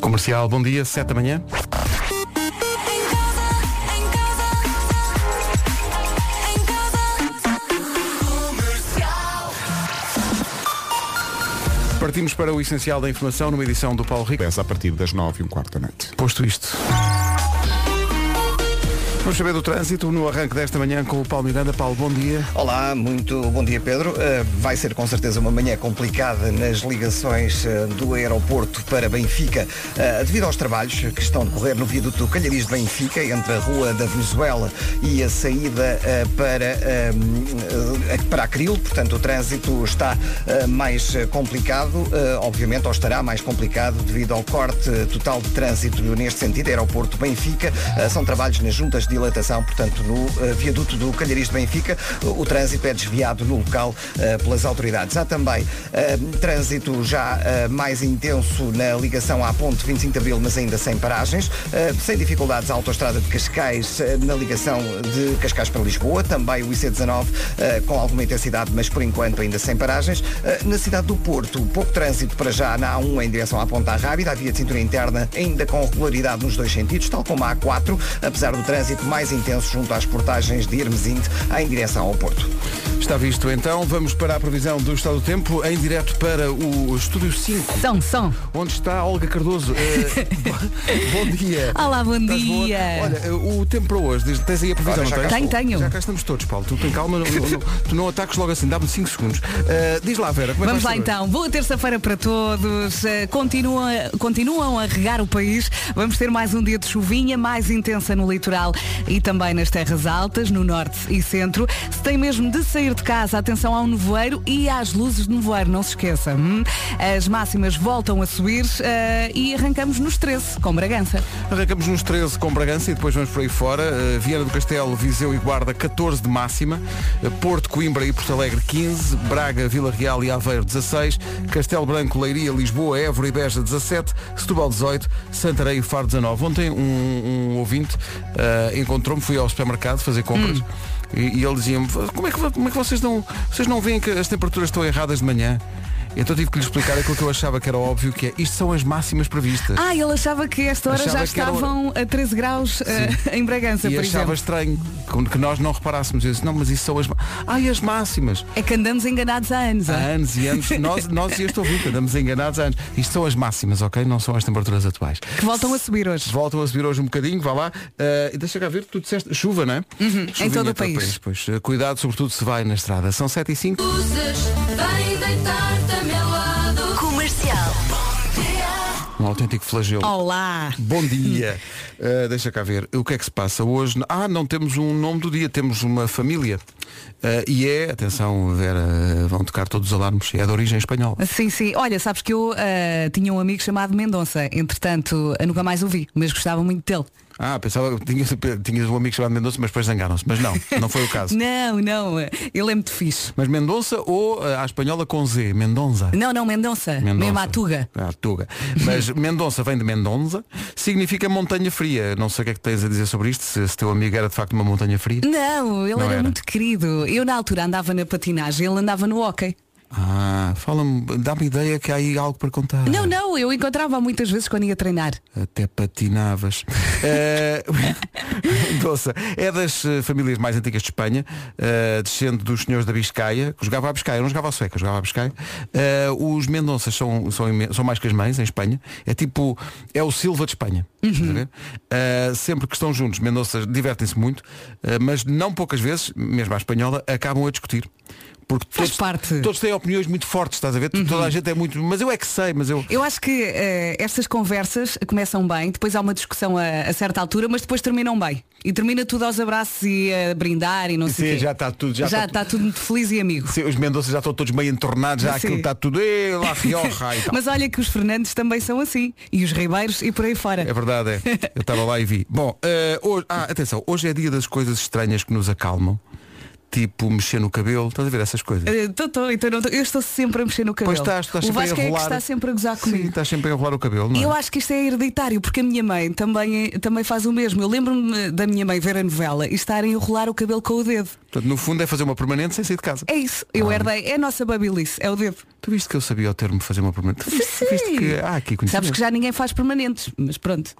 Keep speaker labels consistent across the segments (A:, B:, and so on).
A: Comercial, bom dia, 7 da manhã. Partimos para o essencial da informação numa edição do Paulo Rico.
B: Começa a partir das 9 e um quarto da noite.
A: Posto isto. Vamos saber do trânsito no arranque desta manhã com o Paulo Miranda. Paulo, bom dia.
C: Olá, muito bom dia Pedro. Eh, vai ser com certeza uma manhã complicada nas ligações eh, do aeroporto para Benfica, eh, devido aos trabalhos que estão a decorrer no viaduto Calheiris de Benfica, entre a Rua da Venezuela e a saída eh, para, eh, eh, para Acril. Portanto, o trânsito está eh, mais eh, complicado, eh, obviamente, ou estará mais complicado devido ao corte total de trânsito neste sentido, aeroporto Benfica. Eh, são trabalhos nas juntas de dilatação, portanto, no eh, viaduto do Calheiris de Benfica. O, o trânsito é desviado no local eh, pelas autoridades. Há também eh, trânsito já eh, mais intenso na ligação à ponte 25 de Abril, mas ainda sem paragens. Eh, sem dificuldades, a autoestrada de Cascais eh, na ligação de Cascais para Lisboa. Também o IC19 eh, com alguma intensidade, mas por enquanto ainda sem paragens. Eh, na cidade do Porto, pouco trânsito para já na A1 em direção à Ponta Rábida. A via de cintura interna ainda com regularidade nos dois sentidos, tal como a A4, apesar do trânsito mais intenso junto às portagens de Hermesinde em direção ao Porto.
A: Está visto então, vamos para a previsão do estado do tempo em direto para o Estúdio 5,
D: São, são.
A: onde está a Olga Cardoso. Eh, bo- bom dia.
D: Olá, bom
A: Estás boa?
D: dia.
A: Olha, eh, o tempo para hoje, diz- tens aí a previsão,
C: Olha, já
A: não tens?
D: cá Tenho, estou. tenho.
A: Já cá estamos todos, Paulo. Tu tem calma, não- não- não- tu não ataques logo assim, dá-me 5 segundos. Eh, diz lá, Vera, como é que
D: Vamos
A: vai
D: lá
A: ser hoje?
D: então, boa terça-feira para todos. Eh, Continua, continuam a regar o país. Vamos ter mais um dia de chuvinha, mais intensa no litoral e também nas terras altas, no norte e centro. Se tem mesmo de sair de casa, atenção ao nevoeiro e às luzes de nevoeiro, não se esqueça. hum? As máximas voltam a subir eh, e arrancamos nos 13, com Bragança.
A: Arrancamos nos 13 com Bragança e depois vamos por aí fora. Eh, Viana do Castelo, Viseu e Guarda 14 de máxima. Eh, Porto, Coimbra e Porto Alegre 15. Braga, Vila Real e Aveiro 16. Castelo Branco, Leiria, Lisboa, Évora e Beja 17. Setúbal 18. Santarém e Faro 19. Ontem um, um ouvinte eh, encontrou-me, fui ao supermercado fazer compras. E, e ele dizia-me, como é, que, vo- como é que vocês não vocês não veem que as temperaturas estão erradas de manhã? Então tive que lhe explicar aquilo que eu achava que era óbvio, que é isto são as máximas previstas.
D: Ah, ele achava que esta hora
A: Achava
D: já
A: que era hora-
D: estavam a 13 graus eh, em Bragança,
A: E
D: por
A: achava
D: exemplo.
A: estranho que, que nós não reparássemos. Eu disse, não, mas isso são as. ma- Ai, as máximas.
D: É que andamos enganados há anos.
A: Há
D: ah.
A: anos e anos, nós, nós e este ouvinte andamos enganados há anos. Isto são as máximas, ok? Não são as temperaturas atuais.
D: Que voltam a subir hoje.
A: Voltam a subir hoje um bocadinho, vá lá. Eh, E deixa cá ver, tu disseste chuva, não é? Chuvinha
D: Uhum, todo o
A: para
D: país.
A: pois. Eh, Cuidado, sobretudo, se vai na estrada. São 7 e 5.
E: luzes, vem deitar-te a meu lado. Comercial.
A: Um autêntico flagelo.
D: Oh. Olá!
A: Bom dia. Uh, deixa cá ver. O que é que se passa hoje? Ah, não temos um nome do dia, temos uma família. Uh, e é, atenção, Vera, uh, vão tocar todos os alarmes. É de origem espanhola.
D: Sim, sim. Olha, sabes que eu ah, tinha um amigo chamado Mendonça. Entretanto, eu nunca mais o vi, mas gostava muito dele.
A: Ah, pensava que tinhas, tinhas um amigo chamado Mendonça, mas depois zangaram-se. Mas não, não foi o caso.
D: Não, não. Ele é muito fixe.
A: mas Mendonça ou uh, à espanhola com Z, Mendonça.
D: Não, não, Mendonça.
A: Mendonça.
D: Mesmo à Tuga.
A: Ah, Tuga. Mas Mendonça vem de Mendonça, significa montanha fria. Não sei o que é que tens a dizer sobre isto, se, se teu amigo era de facto uma montanha fria.
D: Não, ele
A: Não
D: era,
A: era.
D: muito querido. Eu na altura andava na patinagem, ele andava no hóquei.
A: Ah, fala-me, dá-me ideia que há aí algo para contar.
D: Não, não, eu encontrava muitas vezes quando ia treinar.
A: Até patinavas. Eh, Mendonça é das eh, famílias mais antigas de Espanha, eh, descende dos senhores da Biscaia, que jogava à Biscaia, não jogava à Sueca, jogava à Biscaia. Eh, os Mendonças são, são, imen- são mais que as mães em Espanha. É tipo, é o Silva de Espanha.
D: Uhum.
A: Estás a ver? Eh, sempre que estão juntos, Mendonças divertem-se muito, eh, mas não poucas vezes, mesmo à espanhola, acabam a discutir. Porque
D: Faz
A: todos,
D: parte. Uhum.
A: todos têm opiniões muito fortes, estás a ver? Toda a gente é muito. Mas eu é que sei, mas eu.
D: Eu acho que eh, estas conversas começam bem, depois há uma discussão a, a certa altura, mas depois terminam bem. E termina tudo aos abraços e a brindar e não sei o
A: Sim,
D: quê.
A: já está tudo, já,
D: Já
A: está
D: está tudo muito feliz e amigo.
A: Sim, os Mendonça já estão todos meio entornados, já
D: Sim.
A: aquilo está tudo. "Ê, lá Rioja e tal.
D: Mas olha que os Fernandes também são assim. E os Ribeiros e por aí fora.
A: É verdade, é. Eu estava lá e vi. Bom, eh, hoje, ah, atenção, hoje é dia das coisas estranhas que nos acalmam. Tipo mexer no cabelo, estás a ver essas coisas?
D: Eh, tô, tô, então não tô. eu estou sempre a mexer no cabelo.
A: Pois estás, estás
D: o
A: sempre
D: Vasco
A: a
D: é que
A: enrolar.
D: está sempre a gozar
A: Sim,
D: comigo.
A: estás sempre a enrolar o cabelo, não
D: E
A: é?
D: eu acho que isto é hereditário, porque a minha mãe é, também, também faz o mesmo. Eu lembro-me da minha mãe ver a novela e estar a enrolar o cabelo com o dedo.
A: Portanto, no fundo é fazer uma permanente sem sair de casa.
D: É isso, eu
A: Ah.
D: herdei, é a nossa babylice, é o dedo.
A: Tu viste que eu sabia o termo fazer uma permanente? Tu viste, viste que há
D: Sabes
A: aqui conhecimento.
D: que já ninguém faz permanentes, mas pronto.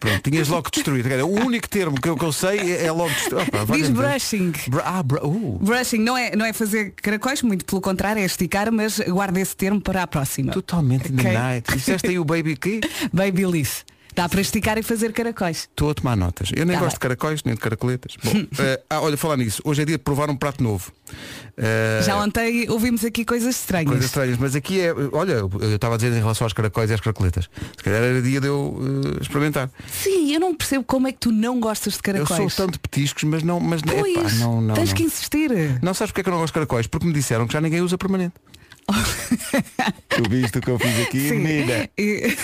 A: Pronto, tinhas logo destruído. Quer dizer, O único termo que eu, que eu sei é, é logo destruído. Opa,
D: Diz
A: valha-me Deus.
D: brushing.
A: Bru- ah, bru- uh.
D: Brushing não é, não é fazer caracóis, muito pelo contrário, é esticar, mas guarda esse termo para a próxima.
A: Totalmente in the
D: Ok.
A: night. Disseste aí o baby que
D: Babylice. Dá para esticar e fazer caracóis.
A: estou a tomar notas. Eu nem
D: Tá
A: gosto
D: bem.
A: de caracóis, nem de caracoletas. Bom, eh, ah, olha, falar nisso. Hoje é dia de provar um prato novo. Eh,
D: Já ontem ouvimos aqui coisas estranhas.
A: Coisas estranhas, mas aqui é, olha, eu eu estava a dizer em relação aos caracóis e às caracoletas. Se calhar era dia de eu eh, experimentar.
D: Sim, eu não percebo como é que tu não gostas de
A: Eu
D: caracóis.
A: sou tanto de petiscos, mas não, mas
D: Pois,
A: epá, não, não.
D: tens
A: não.
D: que insistir.
A: Não sabes porque é que eu não gosto de caracóis? Porque me disseram que já ninguém usa permanente.
B: Tu viste o que eu fiz aqui,
D: Sim.
B: menina?
D: E-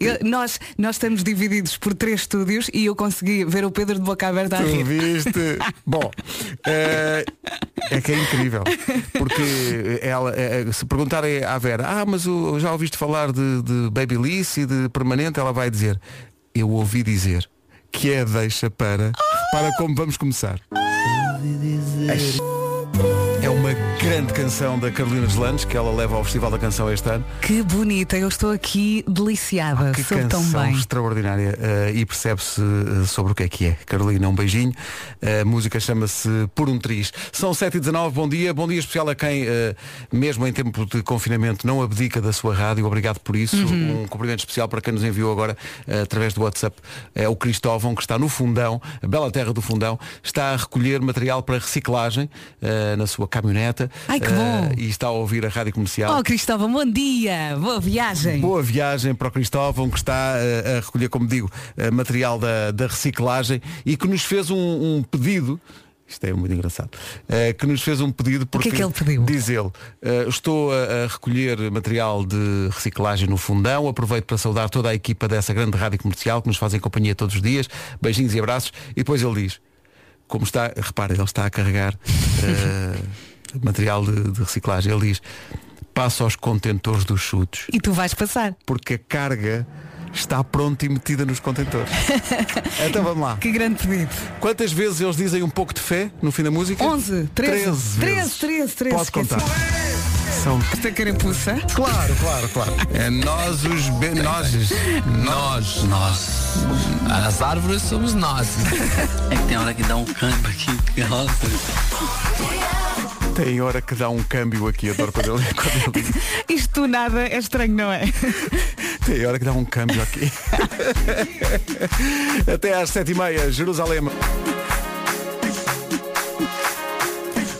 D: Eu- nós, nós estamos divididos por três estúdios e eu consegui ver o Pedro de boca aberta a
A: Tu
D: rir.
A: viste? Bom, eh, é que é incrível. Porque ela, eh, eh, se perguntarem à Vera, ah, mas o- já ouviste falar de, de Babyliss e de permanente, ela vai dizer, eu ouvi dizer que é deixa para, para como vamos começar. É uma grande canção da Carolina Deslandes que ela leva ao Festival da Canção este ano.
D: Que bonita, eu estou aqui deliciada.
A: Que
D: Sou
A: canção
D: tão bem.
A: extraordinária eh, e percebe-se eh, sobre o que é que é. Carolina, um beijinho. A música chama-se Por um Triz. São 7h19, bom dia. Bom dia especial a quem, eh, mesmo em tempo de confinamento, não abdica da sua rádio. Obrigado por isso.
D: Uhum.
A: Um cumprimento especial para quem nos enviou agora eh, através do WhatsApp. É o Cristóvão, que está no fundão, a bela terra do fundão, está a recolher material para reciclagem eh, na sua caminhoneta.
D: Ai, que
A: Eh,
D: bom.
A: e está a ouvir a rádio comercial.
D: Oh Cristóvão, bom dia, boa viagem.
A: Boa viagem para o Cristóvão, que está eh, a recolher, como digo, eh, material da, da reciclagem e que nos fez um, um pedido. Isto é muito engraçado. eh, que nos fez um pedido porque
D: que ele pediu?
A: diz ele, eh, estou a, a recolher material de reciclagem no fundão, aproveito para saudar toda a equipa dessa grande rádio comercial que nos fazem companhia todos os dias, beijinhos e abraços, e depois ele diz, como está, repara, ele está a carregar eh, material de, de reciclagem, ele diz, passo aos contentores dos chutes
D: E tu vais passar.
A: porque a carga está pronta e metida nos contentores. então vamos lá.
D: Que grande pedido.
A: Quantas vezes eles dizem um pouco de fé no fim da música?
D: 11, 13,
A: 13,
D: 13, 13, 13.
A: Pode contar. São...
D: Esta carapuça.
A: Claro, claro, claro. É nós os be... nós.
F: Nós, nós. As árvores somos nós. É que tem hora que dá um campo aqui. que, Nossa.
A: Tem hora que dá um câmbio aqui, adoro quando ele, quando ele...
D: Isto do nada é estranho, não é?
A: Tem hora que dá um câmbio aqui. Até às sete e meia, Jerusalém.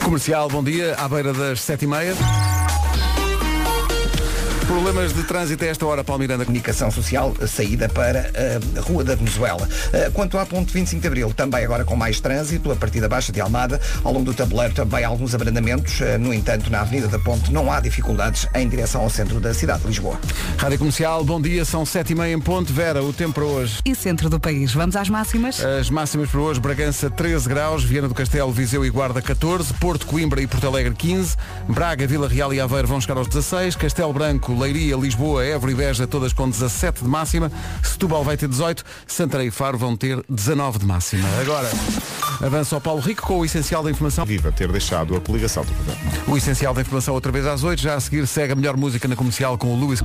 A: Comercial, bom dia, à beira das sete e meia. Problemas de trânsito a esta hora, Paulo Miranda.
C: comunicação social, a saída para a Rua da Venezuela. Eh, Quanto à ponte 25 de Abril, também agora com mais trânsito, a partir da Baixa de Almada, ao longo do tabuleiro também há alguns abrandamentos, eh, no entanto, na Avenida da Ponte não há dificuldades em direção ao centro da cidade de Lisboa.
A: Rádio Comercial, bom dia, são sete e meia em ponto. Vera, o tempo para hoje.
D: E centro do país. Vamos às máximas?
A: As máximas para hoje, Bragança 13 graus, Viana do Castelo, Viseu e Guarda 14, Porto, Coimbra e Porto Alegre 15, Braga, Vila Real e Aveiro vão chegar aos 16, Castelo Branco, Leiria, Lisboa, Évora e Beja todas com 17 de máxima, Setúbal vai ter 18, Santarém e Faro vão ter 19 de máxima. Agora, avança ao Paulo Rico com o essencial da informação.
B: Viva ter deixado a coligação do governo.
A: O essencial da informação outra vez às 8, já a seguir segue a melhor música na comercial com o Luís.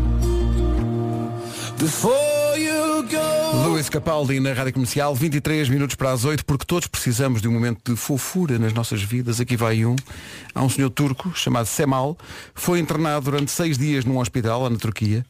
A: Luís Capaldi na Rádio Comercial, 23 minutos para as 8, porque todos precisamos de um momento de fofura nas nossas vidas. Aqui vai um. Há um senhor turco chamado Semal, foi internado durante seis dias num hospital lá na Turquia.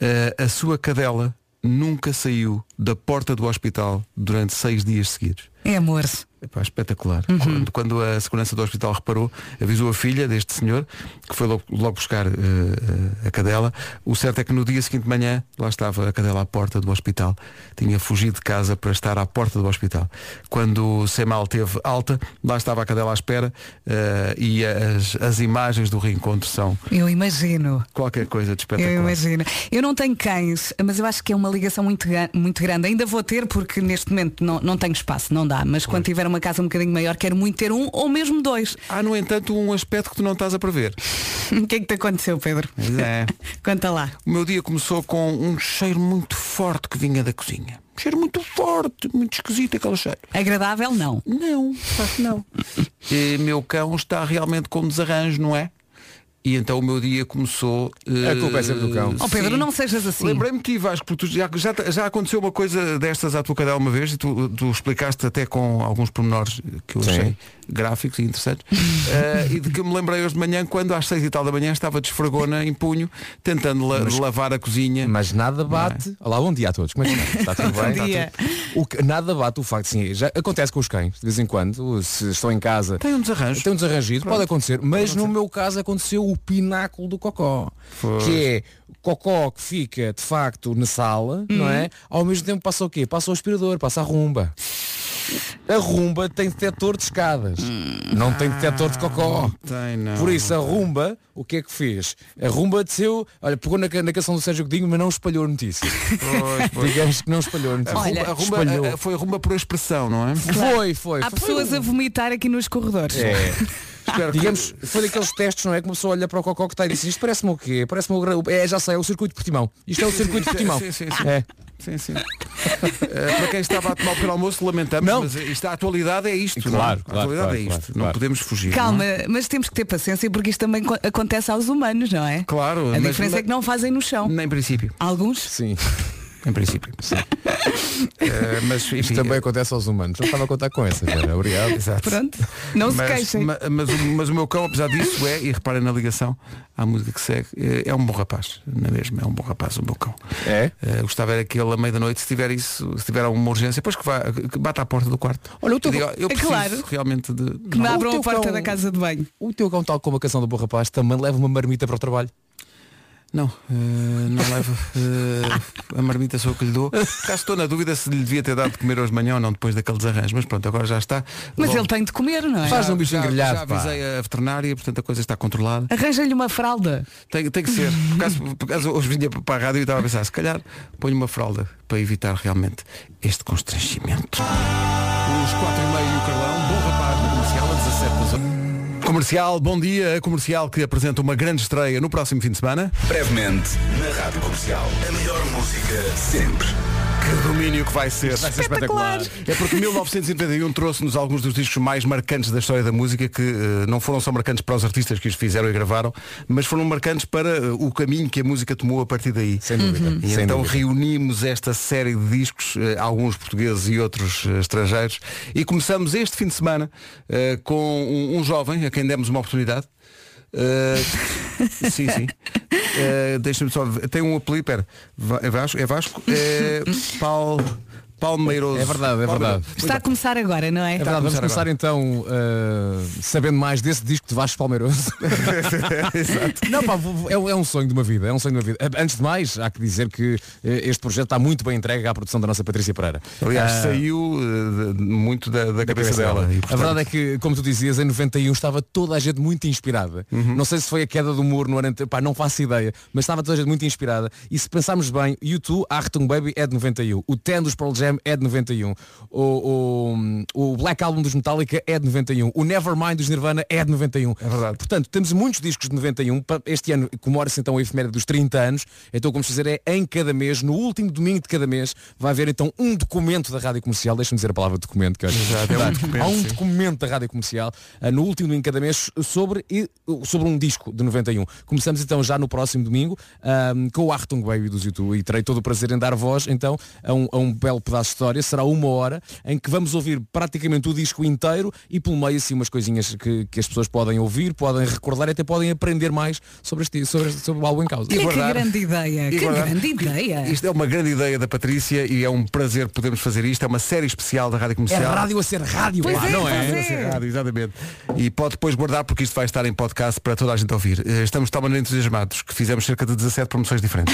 A: Eh, a sua cadela nunca saiu da porta do hospital durante seis dias seguidos.
D: É amor.
A: Epá, espetacular. Quando, quando a segurança do hospital reparou, avisou a filha deste senhor, que foi logo, logo buscar eh, eh, a cadela. O certo é que no dia seguinte de manhã, lá estava a cadela à porta do hospital. Tinha fugido de casa para estar à porta do hospital. Quando Semal teve alta, lá estava a cadela à espera eh, e as, as imagens do reencontro são
D: Eu imagino.
A: qualquer coisa
D: Eu é
A: de espetacular.
D: imagino. Eu não tenho cães, mas eu acho que é uma ligação muito, gra- muito grande. Ainda vou ter porque neste momento não, não tenho espaço, não dá. Mas quando tiver uma casa um bocadinho maior, quero muito ter um ou mesmo dois.
A: Há, no entanto, um aspecto que tu não estás a prever.
D: O que é que te aconteceu, Pedro?
A: É.
D: Conta lá.
A: O meu dia começou com um cheiro muito forte que vinha da cozinha. Um cheiro muito forte, muito esquisito aquele cheiro.
D: Agradável, não.
A: Não, acho que não. E meu cão está realmente com desarranjo, não é? E então o meu dia começou. eh,
B: A culpa é sempre do cão.
D: Oh, Pedro, não sejas assim.
A: Lembrei-me de ti, Vasco, porque tu já, já, já aconteceu uma coisa destas à tua cadela uma vez e tu, tu explicaste até com alguns pormenores que eu
B: Sim.
A: achei gráficos e interessantes. Eh, e de que me lembrei hoje de manhã, quando às seis e tal da manhã estava de esfregona em punho, tentando la- lavar a cozinha.
G: Mas nada bate. Olá, bom dia a todos. Como é que estão? Está tudo bem?
D: Bom dia.
G: Está tudo... O que- Nada bate o facto, sim. Já acontece com os cães, de vez em quando, se estão em casa.
A: Tem um desarranjo.
G: Tem um desarrangido, pode acontecer. Mas no meu caso aconteceu o pináculo do cocó. Que é cocó que fica, de facto, na sala, não é? Ao mesmo tempo passa o quê? Passa o aspirador, passa a rumba. A rumba tem detector de escadas. Não tem detector de cocó.
A: Tem, não.
G: Por isso a rumba, o que é que fez? A rumba desceu, olha, pegou na, ca- na canção do Sérgio Godinho, mas não espalhou notícias.
A: Pois, pois.
G: Digamos que não espalhou
A: A
G: notícias.
A: rumba- a rumba-
G: espalhou.
A: a- foi a rumba por expressão, não é?
G: Foi, foi.
D: Há
G: foi
D: pessoas
G: um-
D: a vomitar aqui nos corredores.
G: É.
A: Espero que-
G: Digamos, foi daqueles testes, não é? Que uma pessoa olha para o cocó que está e diz, isto parece-me o quê? Parece-me o gra- É, já sei, é o circuito de Portimão. Isto é o circuito de Portimão.
A: Sim, sim, sim.
G: É.
A: Sim, sim. Eh, para quem estava a tomar o pelo almoço, lamentamos,
G: Não.
A: mas isto, a atualidade é isto.
G: Claro,
A: não é?
G: claro,
A: a atualidade
G: claro,
A: é isto.
G: claro,
A: não
G: claro.
A: podemos fugir.
D: Calma,
A: não é?
D: mas temos que ter paciência porque isto também co- acontece aos humanos, não é?
A: Claro,
D: A
A: mas
D: diferença
A: na-
D: é que não fazem no chão.
A: Nem em princípio.
D: Alguns?
G: Sim.
A: Em princípio. Eh, mas enfim, eh,
G: Isto também é acontece aos humanos. Não estava a contar com essa, cara. Obrigado.
A: Exato.
D: Pronto. Não se
A: Mas,
D: queixem.
A: ma- mas o- mas o meu cão, apesar disso, é, e reparem na ligação à música que segue, eh, é um bom rapaz, não é mesmo? É um bom rapaz o meu cão.
G: É?
A: Eh, gostava era que ele à meia da noite, se tiver isso, se tiver alguma urgência, depois que, vá, que bata à porta do quarto.
G: Olha, o teu
A: E diga,
G: cão-
A: eu
D: É
A: preciso
D: claro.
A: realmente de.
D: Que me
G: O
D: abram a
G: teu
D: porta
G: cão-
D: da casa de banho.
G: O teu cão, tal como a canção do Bom Rapaz, também leva uma marmita para o trabalho.
A: Não, eh, não leva eh, a marmita só que lhe dou. Cá estou na dúvida se lhe devia ter dado de comer hoje de manhã ou não depois daquele desarranjo, mas pronto, agora já está.
D: Mas
A: Logo-
D: ele tem de comer, não é?
G: Faz- um bicho
A: já,
G: grelhado,
A: já
G: pá.
A: avisei a veterinária, portanto a coisa está controlada.
D: Arranja-lhe uma fralda.
A: Tem, tem que ser. Por acaso, por acaso hoje vinha para a rádio e estava a pensar, se calhar ponho uma fralda para evitar realmente este constrangimento. Os 4 e meio e o Carlão, bom rapaz, na comercial a 17 das 8. Comercial, bom dia, a comercial que apresenta uma grande estreia no próximo fim de semana.
H: Brevemente, na Rádio Comercial. A melhor música sempre.
A: Que domínio que vai ser. Vai ser
D: espetacular.
A: É porque 1991 trouxe-nos alguns dos discos mais marcantes da história da música, que eh, não foram só marcantes para os artistas que os fizeram e gravaram, mas foram marcantes para eh, o caminho que a música tomou a partir daí.
G: Sem dúvida.
A: E
G: Sem
A: então
G: dúvida.
A: reunimos esta série de discos, eh, alguns portugueses e outros eh, estrangeiros, e começamos este fim de semana eh, com um, um jovem a quem demos uma oportunidade. Eh, sim, sim. Eh, Deixa-me só ver. Tem um apelido, pera. Va- É Vasco? É Vasco? É Pal... Palmeiroso.
G: É verdade, é
A: Palmeiroso.
G: verdade.
A: Muito
D: Está a começar agora, não é?
G: É verdade, vamos
A: começar
G: começar
A: agora.
G: então eh, sabendo mais desse disco de Vasco Palmeiroso.
A: É,
G: Exato. Não, pá, vou- vou- é, um- é um sonho de uma vida, é um sonho de uma vida. Eh, Antes de mais, há que dizer que eh, este projeto está muito bem entregue à produção da nossa Patrícia Pereira.
A: Aliás,
G: Ah,
A: saiu eh, de- muito da, da cabeça, dela. E,
G: A
A: portanto,
G: verdade é que, como tu dizias, em 91 estava toda a gente muito inspirada.
A: Uhum.
G: Não sei se foi a queda do muro no ano anterior, pá, não faço ideia, mas estava toda a gente muito inspirada. E se pensarmos bem, U2, Artung Baby é de 91, o Ten dos Pearl Jam é de 91, o, o, o Black Album dos Metallica é de 91, o Nevermind dos Nirvana é de 91. É
A: verdade.
G: Portanto, temos muitos discos de 91, pa- este ano comemora-se então a efeméride dos 30 anos, então o que vamos fazer é em cada mês, no último domingo de cada mês, vai haver então um documento da Rádio Comercial, deixa-me dizer a palavra documento, que eu acho
A: Exato, é um
G: Tá.
A: documento,
G: Há um
A: sim.
G: documento da Rádio Comercial, ah, no último domingo de cada mês, sobre, e- sobre um disco de 91. Começamos então já no próximo domingo ahm, com o Artung Baby dos YouTube e terei todo o prazer em dar voz então a um, a um belo pedaço de história. Será uma hora em que vamos ouvir praticamente o disco inteiro e pelo meio assim umas coisinhas que, que as pessoas podem ouvir, podem recordar e até podem aprender mais sobre, este, sobre, este- sobre o álbum em causa.
A: E
D: Que, que
A: guardar.
D: grande ideia.
A: E
D: que
A: guardar.
D: grande ideia.
A: Isto é uma grande ideia da Patrícia e é um prazer podermos fazer isto. É uma série especial da Rádio
G: É
A: Comercial.
G: rádio a ser rádio,
D: Pois
G: pá,
D: é,
G: não é?
D: pois
A: Era
D: é.
A: cerrado, exatamente. E pode depois guardar porque isto vai estar em podcast para toda a gente ouvir. Eh, Estamos tão maneira entusiasmados que fizemos cerca de 17 promoções diferentes.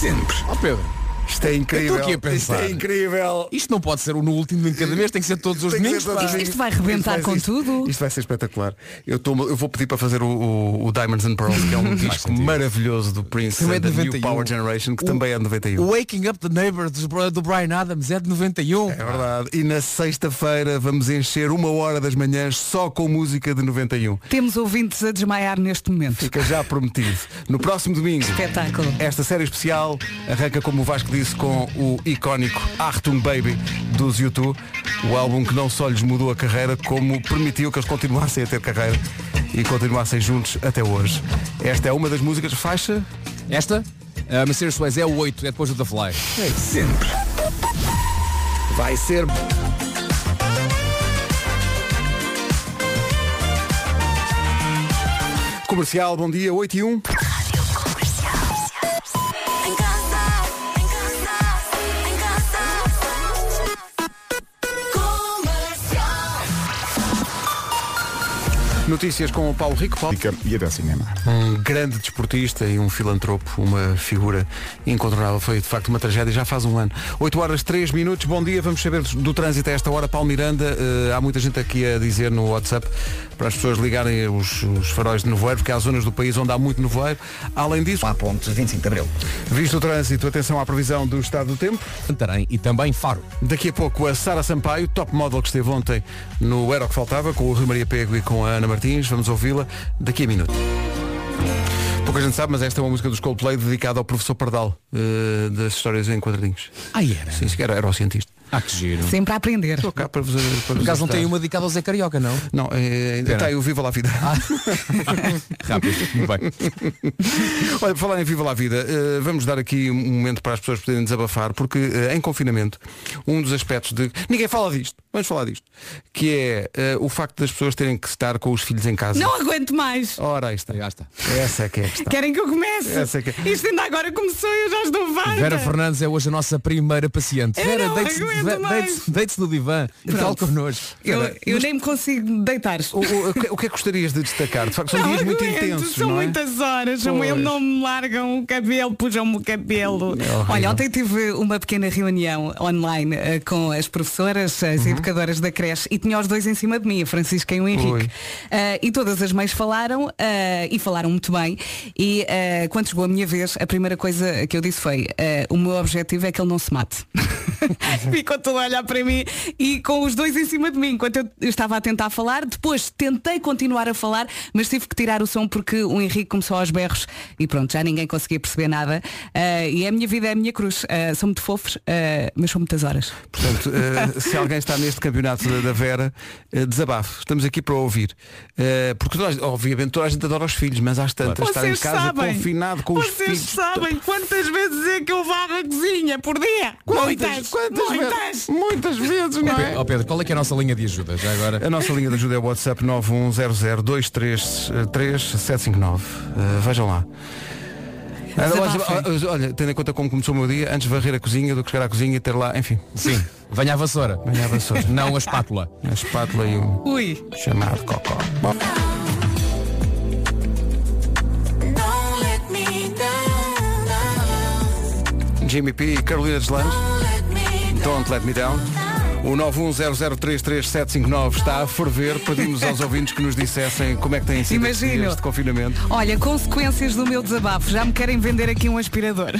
H: Sempre.
G: Ó Oh, Pedro,
A: Isto é incrível.
G: Eu estou aqui a
A: Isto
G: pensar.
A: é incrível.
G: Isto não pode ser o no último de cada mês, tem que ser todos os
A: Tem que
G: domingos.
A: ser todos
G: pá.
A: os domingos.
D: Isto vai rebentar
A: Isto vai-
D: com
A: isto-
D: tudo.
A: Isto vai ser espetacular. Eu, tô- eu vou pedir para fazer o, o- o Diamonds and Pearls, que é um disco maravilhoso do Prince
G: Também
A: and
G: é de
A: the New
G: 91.
A: Power Generation, que também é de 91.
G: O Waking Up the Neighbor dos- do Brian Adams é de 91.
A: É verdade. E na sexta-feira vamos encher uma hora das manhãs só com música de 91.
D: Temos ouvintes a desmaiar neste momento.
A: Fica já prometido. No próximo domingo,
D: Espetáculo.
A: esta série especial arranca, como o Vasco disse, com o icónico Achtung Baby dos YouTube. O álbum que não só lhes mudou a carreira, como permitiu que eles continuassem a ter carreira e continuassem juntos até hoje. Esta é uma das músicas faixa.
G: Esta, a Mercedes Ways é o 8, é depois do The Fly.
A: Vai ser. Comercial, bom dia, 8 e 1.
E: Em casa, em casa, em casa. Comercial.
A: Notícias com o Paulo Rico. Paulo,
B: Fica- E até ao cinema.
A: um grande desportista e um filantropo, uma figura incontornável. Foi de facto uma tragédia, já faz um ano. 8 horas 3 minutos, bom dia, vamos saber do trânsito a esta hora. Paulo Miranda, eh, há muita gente aqui a dizer no WhatsApp para as pessoas ligarem os, os faróis de nevoeiro, porque há zonas do país onde há muito nevoeiro. Além disso,
C: Lá ponte 25 de Abril.
A: visto o trânsito, atenção à previsão do estado do tempo.
G: Santarém e também Faro.
A: Daqui a pouco a Sara Sampaio, top model que esteve ontem no Era o que Faltava, com o Rui Maria Pego e com a Ana Martins. Vamos ouvi-la daqui a minuto. Pouca gente sabe, mas esta é uma música dos Coldplay dedicada ao professor Pardal, eh, das histórias em quadradinhos.
G: Ah, era.
A: Sim, sim, era, era o cientista.
G: Ah, que giro.
D: É Sempre a aprender.
A: Estou cá para vos, para
G: Por
A: vos
G: acaso não
A: ajudar.
G: tem uma dedicada ao Zé Carioca, não?
A: Não, eh, ainda
G: Pera. Ah.
A: está aí o Viva lá a Vida.
G: Rápido, muito bem.
A: Olha, por falar em Viva lá a Vida, eh, vamos dar aqui um momento para as pessoas poderem desabafar, porque eh, em confinamento, um dos aspectos de. Ninguém fala disto, vamos falar disto. Que é eh, o facto das pessoas terem que estar com os filhos em casa.
D: Não aguento mais.
A: Ora, aí está.
G: Já está.
A: Essa é que é a questão.
D: Querem que eu comece?
A: Essa é que-
D: Isto ainda agora começou e eu já estou farta.
G: Vera Fernandes é hoje a nossa primeira paciente.
A: É,
D: Eu
G: Vera,
D: não
G: deite-se
D: aguento
G: ve-
D: mais.
G: deite-se- deite-se no divã e fale connosco.
D: Eu, eu nem me consigo deitar.
A: O, o- o que- o que é que gostarias de destacar? De facto, são
D: Não
A: dias muito
D: aguento,
A: intensos,
D: São
A: não é?
D: muitas horas. são-
A: Pois. É
D: eu não me largam o cabelo, pujam-me o cabelo.
A: horrível.
D: Olha, ontem tive uma pequena reunião online eh, com as professoras, as
A: Uhum.
D: educadoras da creche, e tinha os dois em cima de mim, a Francisca e o Henrique.
A: Ui.
D: Eh, e todas as mães falaram, eh, e falaram muito bem. E eh, quando chegou a minha vez, a primeira coisa que eu disse foi, eh, o meu objetivo é que ele não se mate.
A: Uhum.
D: Ficou todo a olhar para mim e com os dois em cima de mim, enquanto eu eu estava a tentar falar, depois tentei continuar a falar, mas tive que tirar o som porque o Henrique começou aos berros e pronto, já ninguém conseguia perceber nada. Eh, e a minha vida é a minha cruz. Eh, são muito fofos, eh, mas são muitas horas.
A: Portanto, eh, se alguém está neste campeonato da, da Vera, eh, desabafe. Estamos aqui para ouvir. Eh, porque, nós, obviamente, toda a gente adora os filhos, mas às tantas estar em casa confinado com os
D: vocês
A: filhos.
D: sabem quantas vezes é que eu varro a cozinha por dia?
A: Quantas, quantas vezes? Muitas vezes, não é?
G: Ó Pedro, qual é que é a nossa linha de ajuda? Já agora.
A: A nossa linha de ajuda é o WhatsApp eh, 91002333759. Uh, vejam lá. Ah,
D: Desabafem.
A: Olha, olha, tendo em conta como começou o meu dia, antes varrer a cozinha do que chegar à cozinha e ter lá, enfim,
G: Sim. Venha a vassoura.
A: Venha a vassoura.
G: Não a espátula.
A: a espátula e o
D: Ui,
A: chamado cocó. Bom,
E: Don't let me down, down.
A: Jimmy P e Carolina Deslandes,
E: Don't let me down.
A: Don't Let Me Down. O 910033759 está a ferver. Pedimos aos ouvintes que nos dissessem como é que têm sido estes
D: Imagino.
A: dias de confinamento.
D: olha, consequências do meu desabafo. Já me querem vender aqui um aspirador.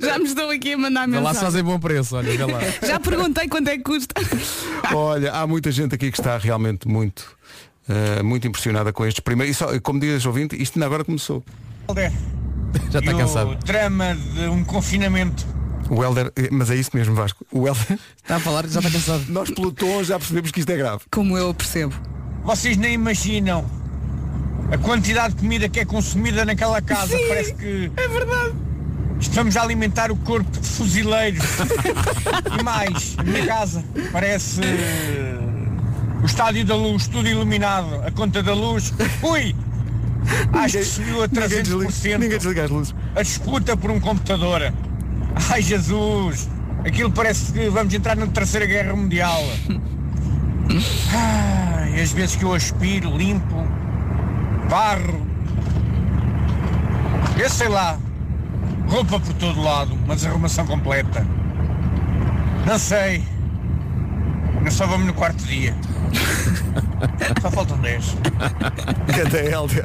D: Já me estão aqui a mandar
G: Vê lá
D: mensagem.
G: se fazem bom preço, olha, vê lá.
D: Já perguntei quanto é que custa.
A: Olha, há muita gente aqui que está realmente muito, eh, muito impressionada com estes primeiros. E só, como diz ouvinte, isto ainda agora começou.
G: Já está cansado.
I: drama de um confinamento.
A: O Helder, eh, mas é isso mesmo, Vasco. O Helder,
G: Está a falar, já está cansado.
A: nós pelo tom já percebemos que isto é grave.
D: Como eu percebo.
I: Vocês nem imaginam a quantidade de comida que é consumida naquela casa. Parece que
D: É verdade.
I: estamos a alimentar o corpo de fuzileiros. e mais, a minha casa parece eh, o estádio da luz, tudo iluminado. A conta da luz, ui! Acho que subiu a
A: Ninguém desliga, ninguém
I: 300%.
A: desliga as luzes.
I: A disputa por um computador. Ai Jesus! Aquilo parece que vamos entrar na Terceira Guerra Mundial. Ai, as vezes que eu aspiro, limpo, barro. Eu sei lá. roupa por todo lado, uma desarrumação completa. Não sei. Nós só vamos no quarto dia. Só faltam 10.
A: Até Helder.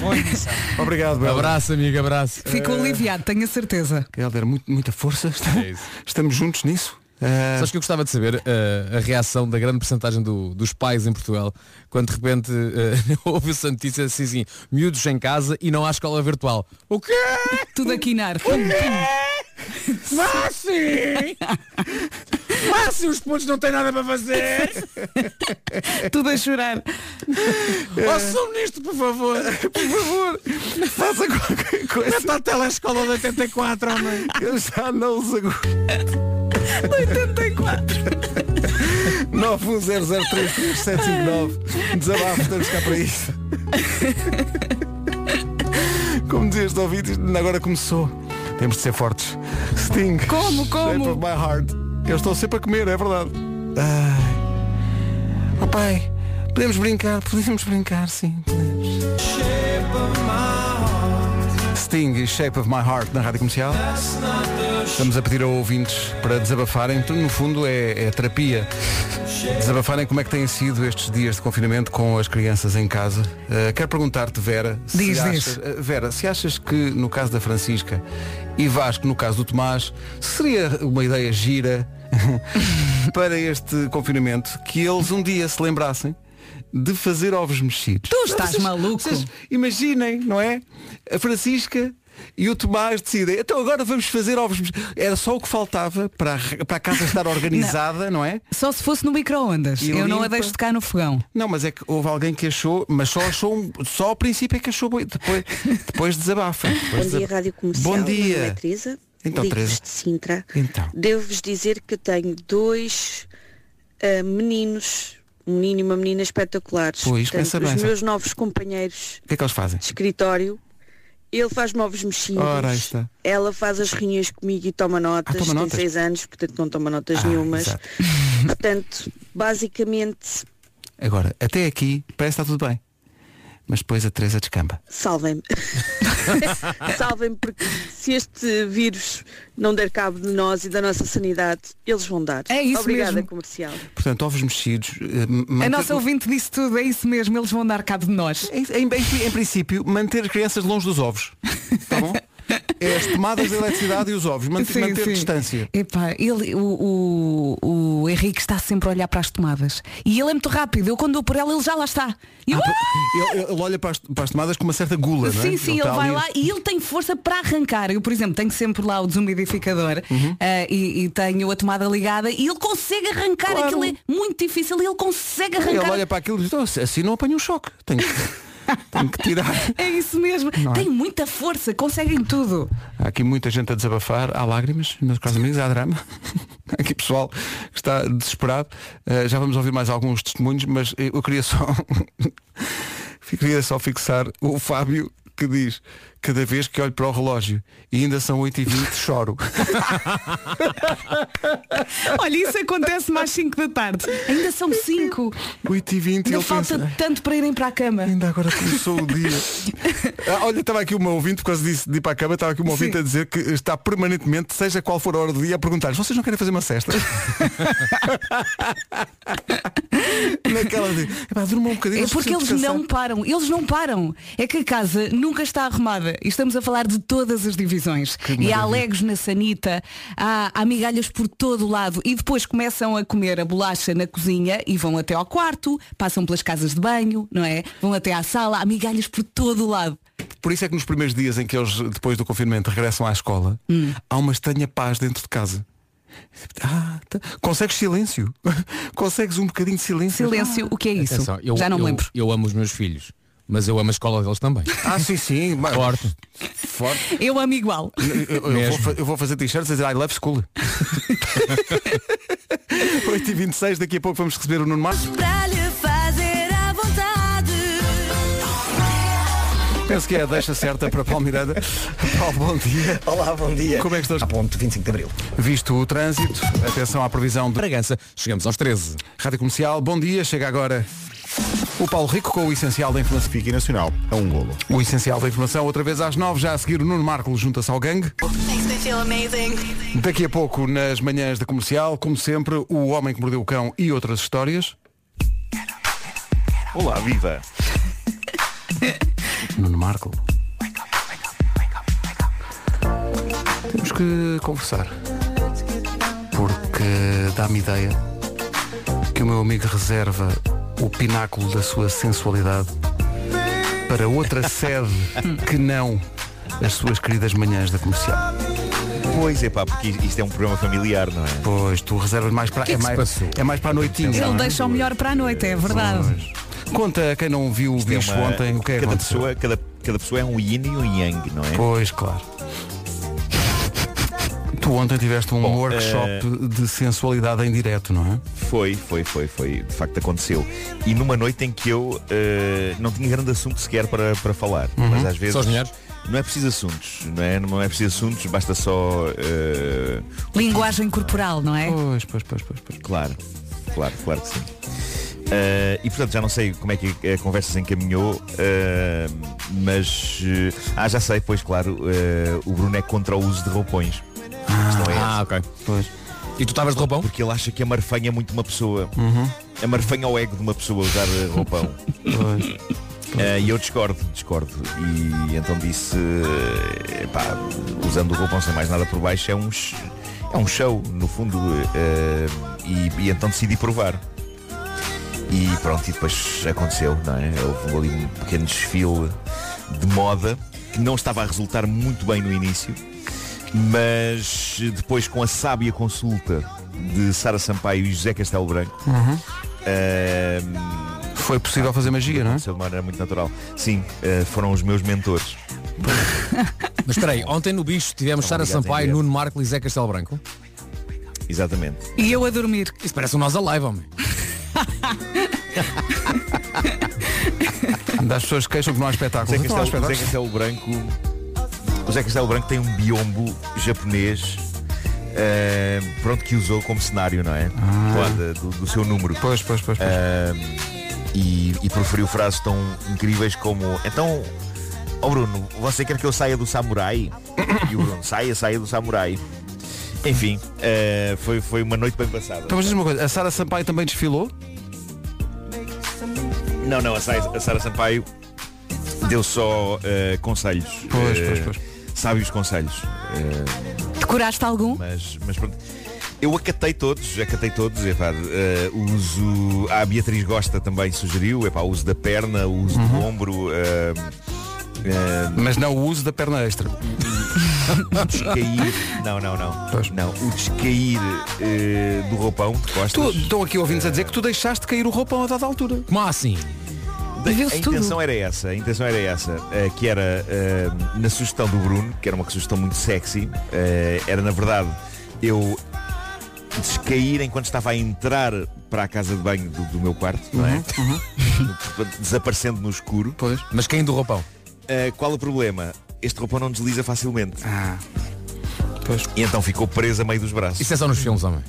I: Boa emissão.
A: Obrigado, Helder.
G: Abraço, amigo, abraço.
D: Fico
A: Eh.
D: aliviado, tenho a certeza.
A: Helder, muito- muita força. Estamos,
G: isso.
A: estamos juntos nisso. Ah,
G: Sabes que eu gostava de saber eh, a reação da grande porcentagem dos pais em Portugal quando de repente eh, ouve-se a notícia assim, assim, miúdos em casa e não há escola virtual. O quê?
D: Tudo a quinar.
G: Márcio! Márcio, os pontos não têm nada para fazer!
D: Tudo a chorar.
G: Ouçam-me nisto, por favor! Por favor!
A: faça qualquer coisa.
G: Está a telescola de 84, homem!
A: Eu já não os aguento.
D: 84.
A: 910033759 Desabafo, estamos cá para isso. Como diz este ouvido, isto agora começou. Temos de ser fortes. Sting.
D: Como,
A: Shape
D: como?
A: of my heart. Eu estou sempre a comer, é verdade. Ai. Oh pai, podemos brincar, podemos brincar, sim. Podemos. Sting e Shape of My Heart na Rádio Comercial. Estamos a pedir a ouvintes para desabafarem, Tudo, no fundo é, é terapia. Desabafarem como é que têm sido estes dias de confinamento com as crianças em casa. Uh, quero perguntar-te, Vera,
D: Diz,
A: se achas,
D: diz.
A: uh, Vera, se achas que no caso da Francisca e Vasco, no caso do Tomás, seria uma ideia gira para este confinamento que eles um dia se lembrassem de fazer ovos mexidos.
D: Tu estás maluco?
A: imaginem, não é? A Francisca e o Tomás decidem, então agora vamos fazer ovos mexidos. Era só o que faltava para a, para a casa estar organizada, não. é?
D: Só se fosse no micro-ondas.
A: E
D: Eu não a
A: limpa.
D: deixo tocar no fogão.
A: Não, mas é que houve alguém que achou, mas só achou, um- só ao princípio é que achou, boi- depois, depois desabafa. Depois
J: Bom dia,
A: desab-
J: Rádio Comercial.
A: é. Bom
J: Meu nome é
A: dia.
J: Teresa.
A: Então,
J: ligo-vos
A: Teresa.
J: de Sintra.
A: Então.
J: Devo-vos dizer que tenho dois ah, meninos, um menino e uma menina espetaculares.
A: Pois,
J: Portanto,
A: pensa
J: os
A: bem,
J: meus novos companheiros
A: O que é que eles fazem?
J: de escritório. Ele faz novos mexidos.
A: Ora, aí está.
J: Ela faz as reuniões comigo e toma notas.
A: Ah, toma
J: tem
A: notas.
J: seis anos, portanto não toma notas
A: Ah,
J: nenhumas.
A: exato.
J: Portanto, basicamente,
A: Agora, até aqui parece que está tudo bem. Mas depois a Teresa descamba.
J: salvem-me. salvem-me porque se este vírus não der cabo de nós e da nossa sanidade, eles vão dar.
D: É isso
J: Obrigada,
D: mesmo.
J: comercial.
A: Portanto, ovos mexidos. eh,
D: A
A: manter-
D: nossa ouvinte disse tudo, é isso mesmo, eles vão dar cabo de nós.
A: Em, em- em- em princípio, manter as crianças longe dos ovos. Tá bom? É as tomadas de eletricidade e os ovos. Mant
D: Sim,
A: manter
D: sim.
A: distância.
D: Epá, ele, o, o, o Henrique está sempre a olhar para as tomadas. E ele é muito rápido. Eu quando dou por ela, ele já lá está. E eu, "Ah!"
A: Ele, ele olha para as, para as tomadas com uma certa gula, não é?
D: Sim, sim, ele,
A: está
D: vai
A: ali-
D: lá e ele tem força para arrancar. Eu, por exemplo, tenho sempre lá o desumidificador
A: Uhum.
D: eh, e, e tenho a tomada ligada e ele consegue arrancar.
A: Claro.
D: Aquilo é muito difícil e ele consegue
A: Ele
D: arrancar.
A: olha para aquilo e diz, "Oh, assim não apanho um choque. Tenho que, tenho que tirar.
D: É isso mesmo.
A: Não é?
D: Tem muita força, conseguem tudo.
A: Há aqui muita gente a desabafar, há lágrimas, nos casos amigos, há drama. Há aqui pessoal que está desesperado. Uh, já vamos ouvir mais alguns testemunhos, mas eu eu queria só queria só fixar o Fábio que diz, cada vez que olho para o relógio e ainda são 8h20 choro.
D: Olha, isso acontece mais 5 da tarde. Ainda são 5.
A: 8h20 e
D: Não
A: ele
D: falta
A: pensa, "Ai,
D: tanto para irem para a cama.
A: Ainda agora começou o dia. Ah, olha, estava aqui uma ouvinte, por causa disso, de ir para a cama, estava aqui uma ouvinte
D: Sim.
A: a dizer que está permanentemente, seja qual for a hora do dia, a perguntar vocês não querem fazer uma cesta? Naquela de, "Epá, durma um bocadinho.
D: É
A: eles
D: porque eles
A: precisam
D: não
A: descansar."
D: param, eles não param. É que a casa nunca está arrumada. E estamos a falar de todas as divisões. E há legos na sanita, há, há migalhas por todo o lado. E depois começam a comer a bolacha na cozinha e vão até ao quarto, passam pelas casas de banho, não é? Vão até à sala, há migalhas por todo o lado.
A: Por isso é que nos primeiros dias em que eles, depois do confinamento, regressam à escola,
D: Hum.
A: há uma estranha paz dentro de casa. Ah, tá. Consegues silêncio? Consegues um bocadinho de silêncio?
D: Silêncio, o que é isso?
G: Atenção, eu,
D: Já não me
G: eu-
D: lembro.
G: Eu amo os meus filhos, mas eu amo a escola deles também.
A: Ah, sim, sim. mas-
G: Forte.
A: Forte.
D: Eu amo igual.
A: Eu- Eu, eu
G: Mesmo.
A: vou, fa- eu vou fazer t-shirts a dizer I love school. 8h26, daqui a pouco vamos receber o Nuno Marcos.
E: Para lhe fazer à vontade.
A: Penso que é a deixa certa para Paulo Miranda. Paulo, bom dia.
C: Olá, bom dia.
A: Como é que estás?
C: A ponto 25 de Abril.
A: Visto o trânsito, atenção à previsão do
G: Bragança, chegamos aos 13.
A: Rádio Comercial. Bom dia, chega agora. O Paulo Rico com o essencial da informação.
B: Fique nacional, a um golo.
A: O essencial da informação, outra vez às nove, já a seguir o Nuno Marco junta-se ao gangue.
K: Makes me feel amazing.
A: Daqui a pouco, nas manhãs da comercial, como sempre, o homem que mordeu o cão e outras histórias.
L: Olá, viva!
A: Nuno Marco. Temos que conversar. Porque dá-me ideia que o meu amigo reserva o pináculo da sua sensualidade para outra sede que não as suas queridas manhãs da comercial.
L: Pois é pá, porque isto é um programa familiar, não é?
A: Pois, tu reservas mais para.
L: Que
A: é,
L: que se
A: mais,
L: passou?
A: é mais para a noitinha.
D: Ele
A: não é?
D: deixa o melhor para a noite, é verdade.
A: Conta a quem não viu o
L: é
A: bicho
L: uma-
A: ontem o que é que
L: cada
A: aconteceu.
L: pessoa, cada, cada pessoa é um yin e um yang, não é?
A: Pois, claro. Tu ontem tiveste um
L: Bom,
A: workshop
L: eh,
A: de sensualidade em direto, não é?
L: Foi, foi, foi, foi. De facto aconteceu. E numa noite em que eu eh, não tinha grande assunto sequer para, para falar.
G: Uhum.
L: Mas às vezes.
G: Só as mulheres?
L: não é preciso assuntos, não é? Não é preciso assuntos, basta só. eh,
D: Linguagem corporal, não é?
A: Pois, pois, pois, pois. pois.
L: Claro, claro, claro que sim. Eh, e portanto já não sei como é que a conversa se encaminhou, eh, mas. eh, ah, já sei, pois claro, eh, o Bruno é contra o uso de roupões. A questão é
G: Ah, ok.
A: Pois.
G: E tu estavas de roupão?
L: Porque ele acha que amarfanha muito uma pessoa.
G: Uhum.
L: Amarfanha o ego de uma pessoa usar eh, roupão. Eh, E eu discordo, discordo. E então disse, eh, pá, usando o roupão sem mais nada por baixo é um, sh- é um show, no fundo. eh, e, e então decidi provar. E pronto, e depois aconteceu, não é? Houve ali um pequeno desfile de moda que não estava a resultar muito bem no início, mas depois com a sábia consulta de Sara Sampaio e José Castelo Branco.
A: Uhum. Foi possível fazer magia, não é?
L: De uma maneira muito natural. Sim, eh, foram os meus mentores.
G: Mas espera aí, ontem no bicho tivemos
L: Estão
G: Sara
L: ligados em
G: Sampaio,
L: direto.
G: Nuno Marco e Zé Castelo Branco.
L: Exatamente.
D: E eu a dormir.
G: Isso parece um nós alive, homem.
A: Das pessoas que queixam que não há
L: Zé
A: espetáculos. Então não há
L: Castelo,
A: espetáculos.
L: Zé Castelo Branco. O Zé Castelo Branco tem um biombo japonês. eh, pronto, que usou como cenário, não
A: Ah,
L: é? Lá da- do, do seu número.
A: Pois, pois, pois. pois.
L: Ah, e, e proferiu frases tão incríveis como Então, ó Bruno, você quer que eu saia do samurai? E o Bruno, saia, saia do samurai Enfim, ah, foi, foi uma noite bem passada
A: Então, mas diz uma coisa, a Sara Sampaio também desfilou?
L: Não, não, a Sara, a Sara Sampaio deu só ah, conselhos
A: Pois,
L: ah,
A: pois, pois.
L: Sábios conselhos Ah,
D: Decoraste algum?
L: mas, mas pronto. Eu acatei todos, acatei todos, epá, eh, uso, a Beatriz Gosta também sugeriu, epá, o uso da perna, o uso
A: Uhum.
L: do ombro, eh, eh,
A: Mas não o uso da perna extra.
L: o descair, não, não, não, não, o descair eh, do roupão de
A: Tu,
L: costas,
A: estão aqui ouvintes a dizer que tu deixaste cair o roupão a dada altura.
G: Como assim?
L: Da-
D: Viu-se
L: a
D: tudo.
L: intenção era essa, a intenção era essa, eh, que era eh, na sugestão do Bruno, que era uma sugestão muito sexy, eh, era na verdade eu descair enquanto estava a entrar para a casa de banho do, do meu quarto, não é? Portanto, Desaparecendo no escuro.
A: Pois.
G: Mas quem do roupão?
L: Eh, qual o problema? Este roupão não desliza facilmente.
A: Ah. Pois.
L: E então ficou preso a meio dos braços.
G: Isso é só nos filmes, homem.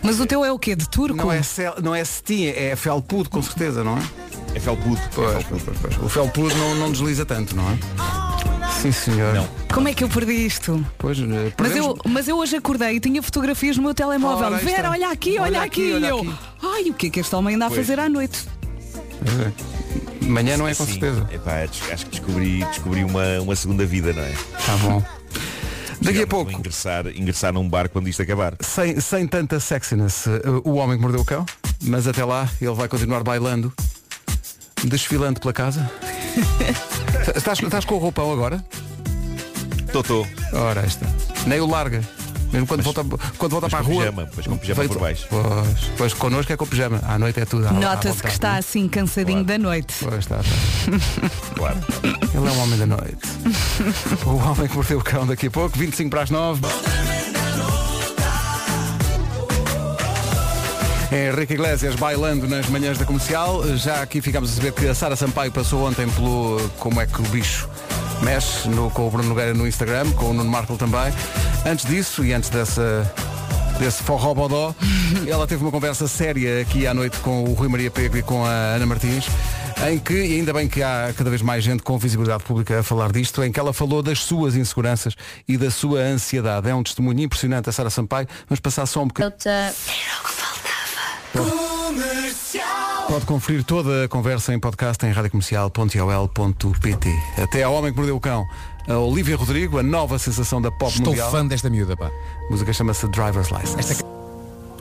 D: Mas o teu é o quê? De turco?
A: Não é, cel, não é cetim, é felpudo, com certeza, não é?
L: É felpudo. é
A: Pois,
L: felpudo.
A: pois, pois, pois. O felpudo não, não desliza tanto, não é? Sim, senhor.
L: Não.
D: Como é que eu perdi isto?
A: Pois, eh,
D: Mas
A: perdemos-
D: eu, mas eu hoje acordei e tinha fotografias no meu telemóvel.
A: Ora, aí
D: Vera,
A: está.
D: olha aqui, olha,
A: Olha
D: aqui.
A: aqui,
D: e
A: olha
D: eu,
A: aqui.
D: ai, o que é que este homem anda a
L: Pois.
D: fazer à noite?
A: Amanhã não é com
L: Sim.
A: certeza.
L: Epá, des- acho que descobri, descobri uma, uma segunda vida, não é?
A: Tá bom. Daqui a
L: Realmente vou
A: pouco,
L: Ingressar, ingressar num bar quando isto acabar.
A: sem, sem tanta sexiness, eh, o homem que mordeu o cão, mas até lá ele vai continuar bailando, desfilando pela casa. estás, estás com o roupão agora?
L: Totô.
A: Ora, aí está. Nem o larga. Mesmo quando volta, quando volta para a
L: com
A: rua.
L: pijama, mas com pijama
A: vem-
L: por baixo.
A: Pois, pois connosco é com pijama. À noite é tudo. à- à
D: Nota-se que
A: vontade,
D: está
A: não é?
D: assim cansadinho da noite.
A: Pois está, está.
L: Claro.
A: Ele é um homem da noite. o homem que mordeu o cão daqui a pouco, 25 para as 9. Henrique É Iglesias bailando nas manhãs da comercial. Já aqui ficamos a saber que a Sara Sampaio passou ontem pelo Como é que o bicho mexe no- com o Bruno Nogueira no Instagram, com o Nuno Marco também. Antes disso e antes dessa desse forró bodó. Ela teve uma conversa séria aqui à noite com o Rui Maria Pego e com a Ana Martins, em que, e ainda bem que há cada vez mais gente com visibilidade pública a falar disto, em que ela falou das suas inseguranças e da sua ansiedade. É um testemunho impressionante a Sara Sampaio. Vamos passar só um bocadinho. Pode conferir toda a conversa em podcast em radiocomercial.ol.pt Até ao Homem que Mordeu o Cão, a Olivia Rodrigo, a nova sensação da pop
G: Estou
A: mundial.
G: fã desta miúda, pá.
A: A música chama-se Driver's License.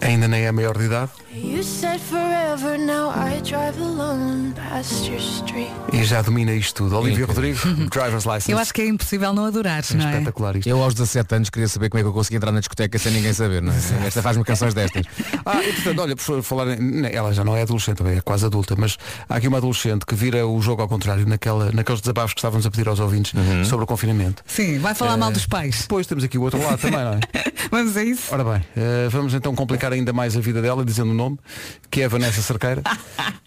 A: Ainda nem é maior de idade
M: You said forever, now I drive alone past your street.
A: e já domina isto tudo. Olivia Rodrigo, Driver's License.
D: Eu acho que é impossível não adorar, não é?
G: Eu aos 17 anos queria saber como é que eu consegui entrar na discoteca sem ninguém saber, não é? Esta faz-me canções destas.
A: Ah, e portanto, olha, por falar, em- ela já não é adolescente, é quase adulta, mas há aqui uma adolescente que vira o jogo ao contrário naquela, naqueles desabafos que estávamos a pedir aos ouvintes
G: Uhum.
A: sobre o confinamento.
D: Sim, vai falar
A: Eh,
D: mal dos pais.
A: Pois temos aqui o outro lado também, não é?
D: Vamos a isso?
A: Ora bem, eh, vamos então complicar ainda mais a vida dela, dizendo o nome, que é a Vanessa Cerqueira.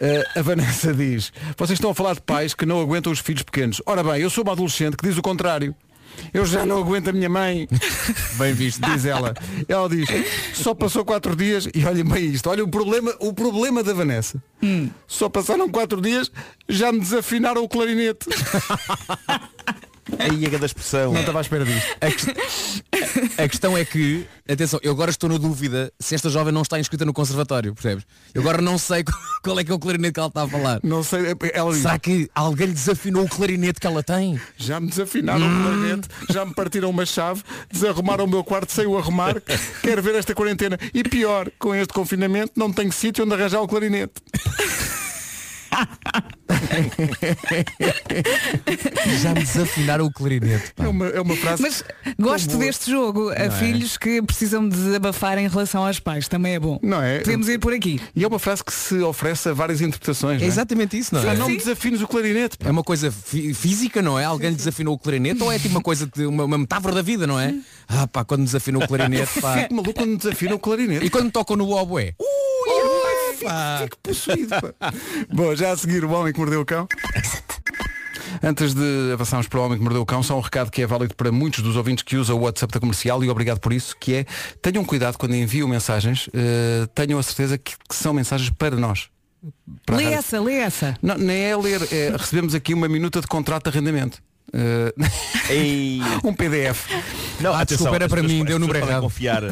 A: Eh, a Vanessa diz, vocês estão a falar de pais que não aguentam os filhos pequenos. Ora bem, eu sou uma adolescente que diz o contrário. Eu já não aguento a minha mãe. Bem visto, diz ela. Ela diz, só passou quatro dias e olhem bem isto. Olha o problema, o problema da Vanessa. Só passaram quatro dias, já me desafinaram o clarinete.
L: Aí é da expressão.
A: Não estava à espera disto.
G: A, ques- a questão é que, atenção, eu agora estou na dúvida se esta jovem não está inscrita no conservatório, percebes? Eu agora não sei qual- qual é que é o clarinete que ela está a falar.
A: Não sei, ela diz-
G: Será que alguém lhe desafinou o clarinete que ela tem?
A: Já me desafinaram
D: Hum.
A: o clarinete, já me partiram uma chave, desarrumaram o meu quarto sem o arrumar. Quero ver esta quarentena. E pior, com este confinamento não tenho sítio onde arranjar o clarinete.
G: Já me desafinaram o clarinete.
A: É uma, é uma frase.
D: Ah. Mas gosto
A: tão boa.
D: deste jogo.
A: Não
D: A
A: é?
D: filhos que precisam de desabafar em relação aos pais. Também é bom.
A: Não é?
D: Podemos ir por aqui.
A: E é uma frase que se oferece a várias interpretações.
G: É exatamente isso, não é?
A: Já não me desafines o clarinete.
G: É uma coisa fi- física, não é? Alguém lhe desafinou o clarinete ou é tipo uma coisa, de, uma, uma metáfora da vida, não é? Ah pá, quando me desafinou o clarinete, pá.
A: Fico maluco quando me desafina o clarinete.
G: E quando tocam no oboé?
A: Uh. Fico um possuído. pá. Bom, já a seguir o homem que mordeu o cão. Antes de avançarmos para o Homem que Mordeu o Cão, só um recado que é válido para muitos dos ouvintes que usam o WhatsApp da comercial e obrigado por isso, que é tenham cuidado quando enviam mensagens, eh, tenham a certeza que, que são mensagens para nós. Para a
D: lê
A: rádio.
D: essa, lê essa.
A: Não, nem é ler, é, recebemos aqui uma minuta de contrato de arrendamento. Eh, um PDF.
L: Não,
G: Ah, desculpa, era
L: as
G: para
L: pessoas-
G: mim,
L: as
G: deu número
L: pessoas podem
G: errado.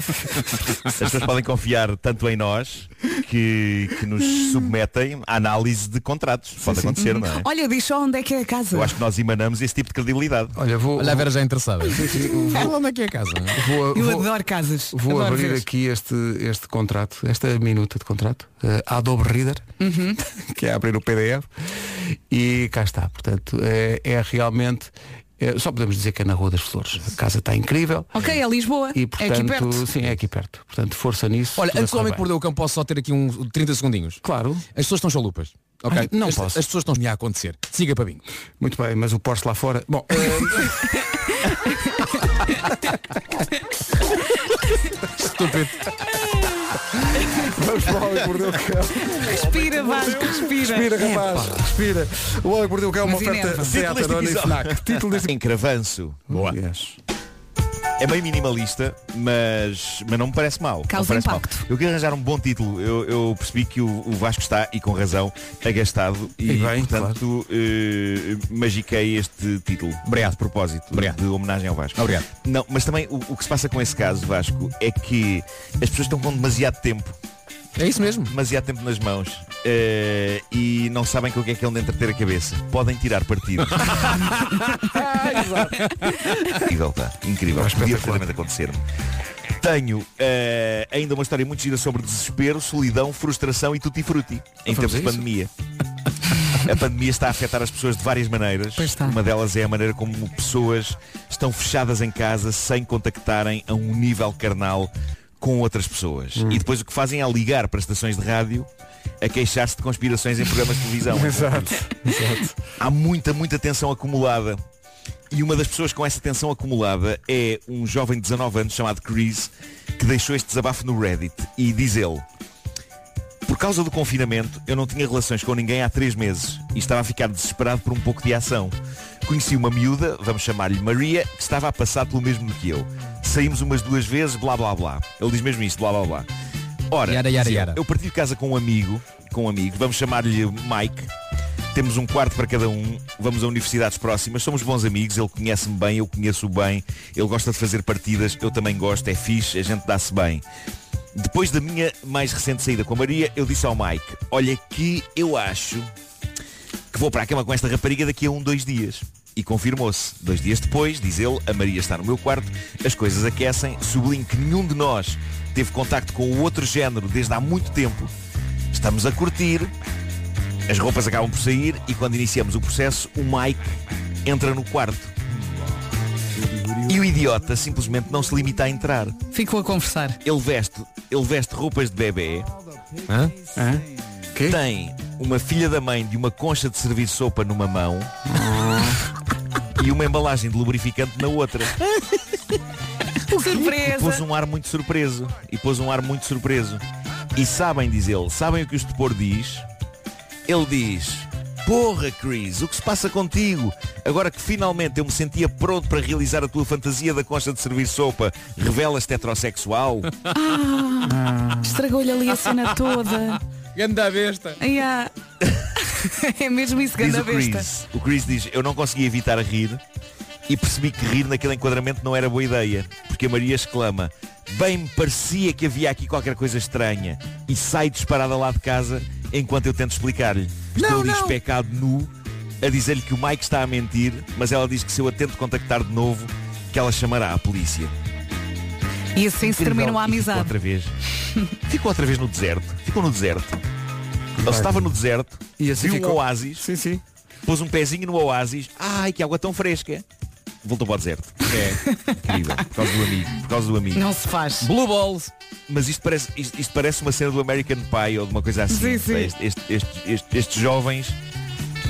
L: Confiar, as pessoas podem confiar tanto em nós que, que nos submetem à análise de contratos. Pode acontecer, não
A: Hum.
L: é?
D: Olha, diz só onde é que é a casa.
L: Eu acho que nós emanamos esse tipo de credibilidade.
A: Olha, vou.
G: Olha, a Vera já é interessada.
A: vou-
G: Onde é que é a casa?
A: Vou,
D: Eu
A: vou-
D: adoro casas.
A: vou
D: Adoro
A: abrir
D: ver.
A: aqui este, este contrato, esta minuta de contrato, eh, Adobe Reader.
D: Uhum.
A: que é abrir o PDF e cá está. Portanto, é, é realmente. é, só podemos dizer que é na Rua das Flores. A casa está incrível.
D: Ok, é Lisboa. é
A: E
D: aqui
A: portanto,
D: perto.
A: sim, é aqui perto. Portanto, força nisso.
G: Olha,
A: tudo
G: antes do
A: a
G: homem
A: correr
G: que mordeu o cão, posso só ter aqui uns 30 segundinhos.
A: Claro.
G: As pessoas estão chalupas. ok?
A: Ai, não
G: as,
A: posso.
G: As pessoas estão a acontecer. Siga para mim.
A: bem. Muito bem, mas o Porsche lá fora. Bom, eh,
G: Estúpido.
A: Vamos para o Homem que Mordeu o Cão.
D: Respira, Vasco, respira.
A: Respira, rapaz. Respira. O Homem que Mordeu o Cão é uma
D: Mas
A: oferta
D: inerva.
L: Título
A: Seat
L: deste
A: Arona e
L: episódio.
A: Fnac. Título deste...
L: Em cravanço.
A: Boa.
L: É bem minimalista, mas, mas não me parece mal.
D: Causa
L: Não parece
D: impacto.
L: mal. Eu queria arranjar um bom título. Eu, eu percebi que o, o Vasco está, e com razão, agastado. E,
A: E bem,
L: portanto, eh, magiquei este título. Obrigado. De propósito. De homenagem ao Vasco.
G: Obrigado.
L: Não, mas também o, o que se passa com esse caso, Vasco, é que as pessoas estão com demasiado tempo.
G: É isso mesmo.
L: Demasiado tempo nas mãos. eh, e não sabem com o que é que é onde entreter a cabeça. Podem tirar partido. Incrível, pá. Incrível.
A: é
L: Podia perfeitamente acontecer. Tenho eh, ainda uma história muito gira sobre desespero, solidão, frustração e tutti-frutti em
A: Vamos
L: tempos
A: a
L: de
A: isso?
L: pandemia. A pandemia está a afetar as pessoas de várias maneiras. Uma delas é a maneira como pessoas estão fechadas em casa sem contactarem a um nível carnal com outras pessoas.
A: Hum.
L: E depois o que fazem é ligar para estações de rádio a queixar-se de conspirações em programas de televisão.
A: Exato. Exato.
L: Há muita, muita tensão acumulada. E uma das pessoas com essa tensão acumulada é um jovem de 19 anos chamado Chris, que deixou este desabafo no Reddit. E diz ele, por causa do confinamento, eu não tinha relações com ninguém há três meses e estava a ficar desesperado por um pouco de ação. Conheci uma miúda, vamos chamar-lhe Maria, que estava a passar pelo mesmo que eu. saímos umas duas vezes, blá blá blá. Ele diz mesmo isto, blá blá blá. Ora,
G: Yara, yara,
L: dizia,
G: yara.
L: eu parti de casa com um amigo, com um amigo, vamos chamar-lhe Mike. Temos um quarto para cada um, vamos a universidades próximas, somos bons amigos, ele conhece-me bem, eu conheço-o bem, ele gosta de fazer partidas, eu também gosto, é fixe, a gente dá-se bem. Depois da minha mais recente saída com a Maria, eu disse ao Mike, olha que eu acho que vou para a cama com esta rapariga daqui a um, dois dias. E confirmou-se. Dois dias depois, diz ele, a Maria está no meu quarto, as coisas aquecem, sublinho que nenhum de nós teve contacto com o outro género desde há muito tempo. Estamos a curtir, as roupas acabam por sair e quando iniciamos o processo, o Mike entra no quarto. E o idiota simplesmente não se limita a entrar.
D: Ficou a conversar.
L: Ele veste, ele veste roupas de bebê. Hã? Tem uma filha da mãe de uma concha de servir sopa numa mão e uma embalagem de lubrificante na outra. E pôs
D: Surpresa.
L: um ar muito surpreso. E pôs um ar muito surpreso. E sabem, diz ele, sabem o que o estupor diz? Ele diz, porra Chris, o que se passa contigo? Agora que finalmente eu me sentia pronto para realizar a tua fantasia da concha de servir sopa, revelas heterossexual?
D: Ah, estragou-lhe ali a cena toda.
G: Ganda besta.
D: Ai, ah. É mesmo isso,
L: Diz
D: ganda
L: o
D: besta.
L: Chris. O Chris diz, eu não conseguia evitar rir e percebi que rir naquele enquadramento não era boa ideia, porque a Maria exclama, bem me parecia que havia aqui qualquer coisa estranha e sai disparada lá de casa enquanto eu tento explicar-lhe. Estou ali especado nu a dizer-lhe que o Mike está a mentir, mas ela diz que se eu a tento contactar de novo, que ela chamará a polícia.
D: E assim se
L: Incrível.
D: terminou a
L: E ficou
D: amizade.
L: outra vez. Ficou outra vez no deserto. Ficou no deserto. Ele estava no deserto, e viu
A: ficou.
L: um oásis,
A: sim, sim.
L: pôs um pezinho no oásis. Ai, que água tão fresca. Voltou para o deserto. É, incrível. Por causa do amigo. Por causa do amigo.
D: Não se faz.
G: Blue balls.
L: Mas isto parece, isto, isto parece uma cena do American Pie ou de uma coisa
D: Sim,
L: assim.
D: sim.
L: Este- este- este- este- estes jovens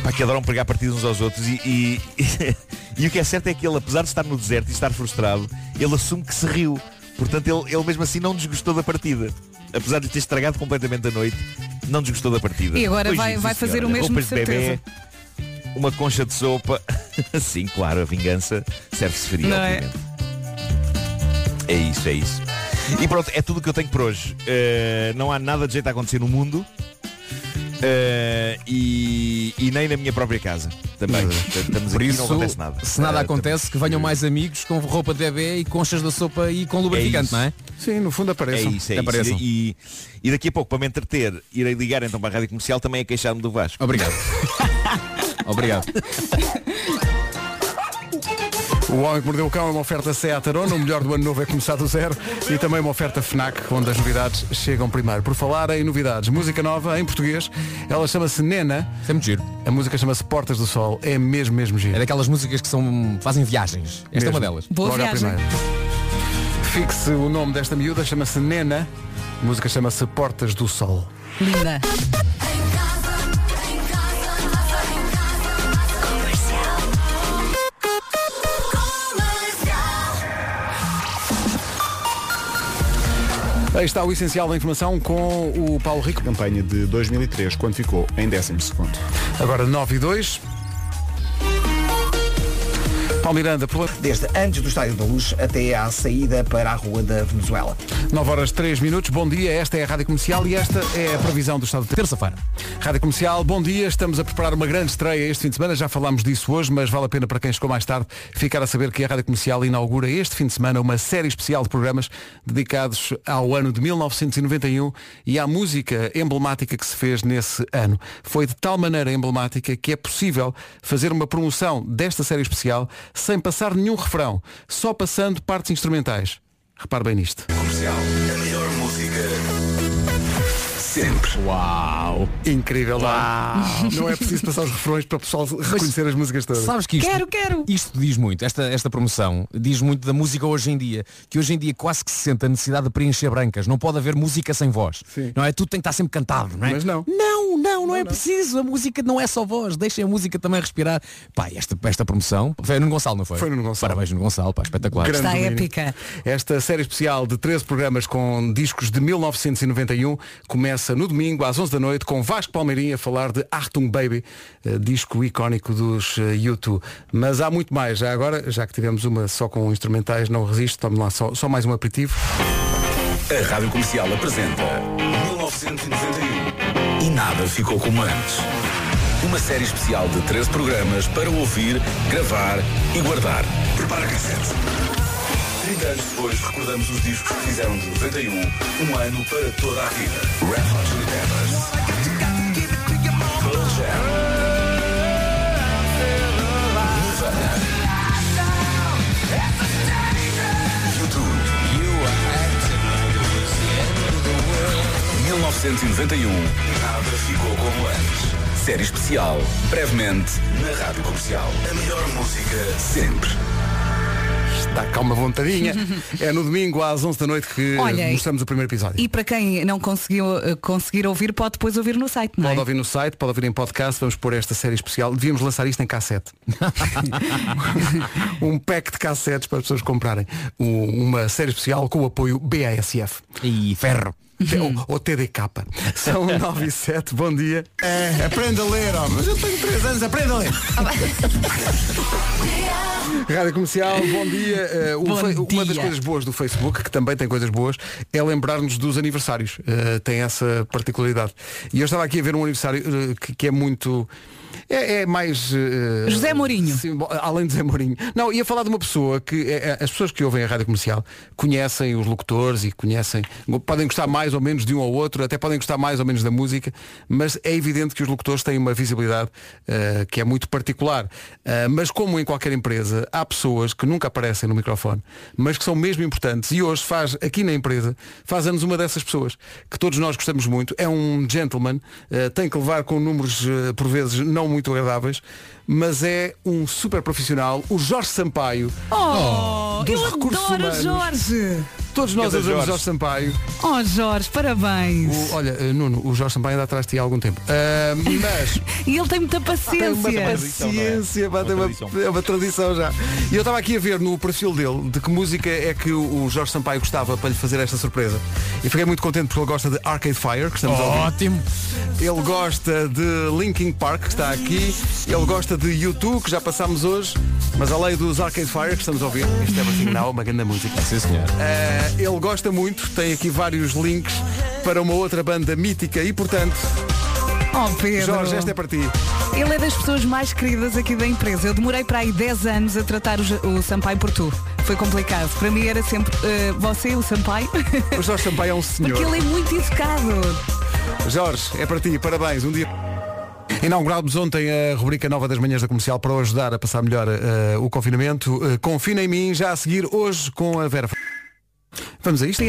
L: pá, que adoram pregar partidos uns aos outros e, e- e o que é certo é que ele, apesar de estar no deserto e estar frustrado, ele assume que se riu. Portanto, ele, ele mesmo assim não desgostou da partida. Apesar de lhe ter estragado completamente a noite, não desgostou da partida.
D: E agora
L: Foi
D: vai-
L: giro,
D: vai
L: sim,
D: fazer
L: senhora.
D: o mesmo,
L: Roupas
D: de
L: de bebê,
D: certeza.
L: uma concha de sopa. Sim, claro, a vingança serve-se fria,
D: Não é?
L: obviamente. É isso, é isso. E pronto, é tudo o que eu tenho por hoje. Eh, não há nada de jeito a acontecer no mundo. Eh, e, e nem na minha própria casa. Também. Portanto, Estamos
G: Uhum. Por
L: aqui e
G: isso,
L: não acontece nada.
G: se nada
A: É,
L: Eh,
G: acontece, que venham mais amigos com roupa de bebê e conchas da sopa e com lubrificante,
L: isso.
G: não é?
A: Sim, no fundo
L: É
A: apareçam.
L: isso, é
G: Apareçam.
L: isso. E, e daqui a pouco, para me entreter, irei ligar então para a Rádio Comercial também a queixar-me do Vasco.
G: Obrigado. Obrigado.
A: O Homem que Mordeu o Cão é uma oferta Seat Arona, o melhor do ano novo é começar do zero e também uma oferta FNAC, onde as novidades chegam primeiro. Por falar em novidades, música nova em português, ela chama-se Nena.
G: É muito giro.
A: A música chama-se Portas do Sol, é mesmo, mesmo giro.
G: É daquelas músicas que são, fazem viagens. Esta é uma
A: Mesmo.
G: delas.
D: Boa
A: Logo à
D: viagem.
A: primeira. Fixe o nome desta miúda, chama-se Nena, a música chama-se Portas do Sol.
D: Linda.
A: Aí está o essencial da informação com o Paulo Rico.
B: Campanha de 2003, quando ficou em décimo segundo.
A: Agora 9 e 2. Paulo Miranda, problema.
C: Desde antes do Estádio da Luz até à saída para a Rua da Venezuela.
A: 9 horas 3 minutos, bom dia, esta é a Rádio Comercial e esta é a previsão do estado de
G: terça-feira.
A: Rádio Comercial, bom dia, estamos a preparar uma grande estreia este fim de semana, já falámos disso hoje, mas vale a pena para quem chegou mais tarde ficar a saber que a Rádio Comercial inaugura este fim de semana uma série especial de programas dedicados ao ano de 1991 e à música emblemática que se fez nesse ano. Foi de tal maneira emblemática que é possível fazer uma promoção desta série especial sem passar nenhum refrão, só passando partes instrumentais. Repare bem nisto.
H: Comercial. A melhor música. Sempre.
A: Uau! Incrível, não é? Não é preciso passar os refrões para o pessoal reconhecer as músicas todas.
G: Sabes que isto, isto diz muito, esta, esta promoção diz muito da música hoje em dia, que hoje em dia quase que se sente a necessidade de preencher brancas, não pode haver música sem voz. Não é? Tudo tem que estar sempre cantado, não é?
A: Mas não.
G: Não, não, não, é preciso. A música não é só voz. Deixem a música também respirar. Pá, esta, esta promoção. Foi no Gonçalo, não foi?
A: Foi Nuno Gonçalo.
G: Parabéns, Nuno Gonçalo. Pá, espetacular.
A: Grande domínio. Esta série especial de 13 programas com discos de 1991 começa Renascença no domingo às 11 da noite com Vasco Palmeirinha a falar de Achtung Baby, eh, disco icónico dos eh, U2. Mas há muito mais. Já agora, já que tivemos uma só com instrumentais, não resisto. Tome lá só, só mais um aperitivo.
H: A Rádio Comercial apresenta 1991 e nada ficou como antes. Uma série especial de 13 programas para ouvir, gravar e guardar. Prepara a cassete. 30 anos depois recordamos os discos que fizeram de 91 um ano para toda a vida. Red Hot Chili Peppers. Pearl Jam. Nirvana. YouTube. 1991. Nada ficou como antes. Série especial, brevemente, na Rádio Comercial. A melhor música sempre.
A: Está cá uma vontadinha. é no domingo às 11 da noite que eh,
D: Olha, e-
A: mostramos o primeiro episódio.
D: E para quem não conseguiu eh, conseguir ouvir, pode depois ouvir no site, não é?
A: Pode ouvir no site, pode ouvir em podcast, vamos pôr esta série especial. Devíamos lançar isto em cassete. um pack de cassetes para as pessoas comprarem. Um- uma série especial com o apoio BASF.
G: E ferro.
A: Ou, ou TDK. São 9 e 7, bom dia. É, aprenda a ler, ó. Mas eu tenho 3 anos, aprenda a ler. Rádio Comercial, bom dia. Eh, o
N: Bom
A: fe- Uma das
N: dia.
A: coisas boas do Facebook, que também tem coisas boas, é lembrar-nos dos aniversários. Eh, tem essa particularidade. E eu estava aqui a ver um aniversário eh, que, que é muito. É, é mais. eh,
D: José Mourinho.
A: simbo- além de José Mourinho. Não, ia falar de uma pessoa que. eh, eh, as pessoas que ouvem a rádio comercial conhecem os locutores e conhecem. Podem gostar mais ou menos de um ou outro, até podem gostar mais ou menos da música, mas é evidente que os locutores têm uma visibilidade eh, que é muito particular. Eh, mas como em qualquer empresa, há pessoas que nunca aparecem no microfone, mas que são mesmo importantes. E hoje faz, aqui na empresa, faz anos uma dessas pessoas, que todos nós gostamos muito. É um gentleman, eh, tem que levar com números, eh, por vezes, não muito agradáveis, mas é um super profissional, o Jorge Sampaio.
D: Oh,
A: dos
D: eu
A: recursos
D: adoro
A: humanos.
D: Jorge.
A: Todos nós
D: Cada Jorge.
A: adoramos Jorge Sampaio.
D: Oh Jorge, parabéns.
A: O- olha, eh, Nuno, o Jorge Sampaio anda atrás de ti há algum tempo. Ah, mas
D: E ele tem muita paciência.
A: Ah, Tem uma paciência, pá, tem uma- é uma tradição já. E eu estava aqui a ver no perfil dele de que música é que o o Jorge Sampaio gostava para lhe fazer esta surpresa. E fiquei muito contente porque ele gosta de Arcade Fire, que estamos a ouvir.
G: Ótimo.
A: Ele gosta de Linkin Park, que está aqui. Ele gosta de YouTube, que já passámos hoje. Mas além dos Arcade Fire, que estamos a ouvir, isto é Everything Now, uma grande música.
G: Sim, senhor.
A: Eh, ele gosta muito, tem aqui vários links para uma outra banda mítica e, portanto,
D: Oh Pedro.
A: Jorge, esta é para ti.
D: Ele é das pessoas mais queridas aqui da empresa. Eu demorei para aí 10 anos a tratar o, J- o Sampaio por tu. Foi complicado. Para mim era sempre eh, você, o Sampaio.
A: O Jorge Sampaio é um senhor.
D: Porque ele é muito educado.
A: Jorge, é para ti, parabéns, um dia. Inaugurámos ontem a rubrica nova das manhãs da comercial para o ajudar a passar melhor eh, o confinamento. Eh, confina em mim, já a seguir hoje com a Vera. Fer- Vamos a isto?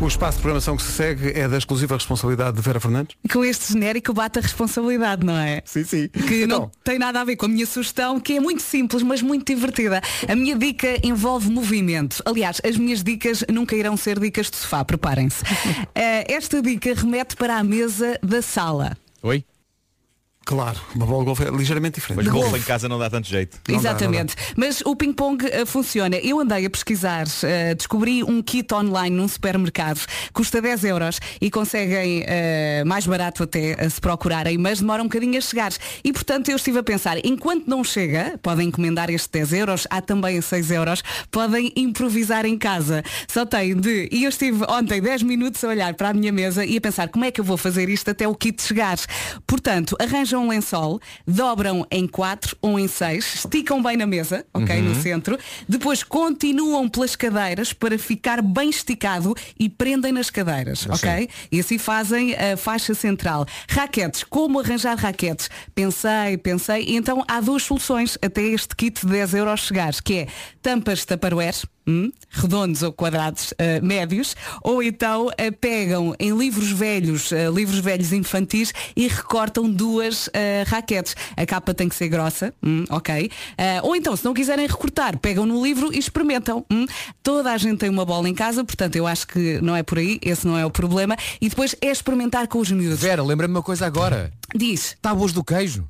A: O espaço de programação que se segue é da exclusiva responsabilidade de Vera Fernandes.
D: Com este genérico bate a responsabilidade, não é?
A: Sim, sim.
D: Que não tem nada a ver com a minha sugestão, que é muito simples, mas muito divertida. A minha dica envolve movimento. Aliás, as minhas dicas nunca irão ser dicas de sofá, preparem-se. Eh, esta dica remete para a mesa da sala.
L: Oi?
A: Claro, uma bola de golfe é ligeiramente diferente.
L: Mas
D: De
L: golfe
D: golfe.
L: em casa não dá tanto jeito.
D: Exatamente. Mas o ping-pong eh, funciona. Eu andei a pesquisar, eh, descobri um kit online num supermercado, custa 10 euros e conseguem eh, mais barato até eh, se procurarem, mas demora um bocadinho a chegar. E portanto eu estive a pensar, enquanto não chega, podem encomendar este 10 euros, há também a 6 euros, podem improvisar em casa. Só tem de. E eu estive ontem 10 minutos a olhar para a minha mesa e a pensar como é que eu vou fazer isto até o kit chegar. Portanto, arranjam um lençol, dobram em 4 ou em 6, esticam bem na mesa, ok,
O: Uhum.
D: no centro, depois continuam pelas cadeiras para ficar bem esticado e prendem nas cadeiras, ok? E assim fazem a faixa central. Raquetes, como arranjar raquetes? Pensei, pensei, e então há duas soluções até este kit de 10 euros chegar, que é tampas Tupperware, hum, redondos ou quadrados eh, médios, ou então eh, pegam em livros velhos, eh, livros velhos infantis e recortam duas eh, raquetes. A capa tem que ser grossa, hum, ok? Eh, ou então, se não quiserem recortar, pegam no livro e experimentam. hum. Toda a gente tem uma bola em casa, portanto eu acho que não é por aí, esse não é o problema. E depois é experimentar com os miúdos.
G: Vera, lembra-me uma coisa agora.
D: Diz.
G: Tábuas do queijo.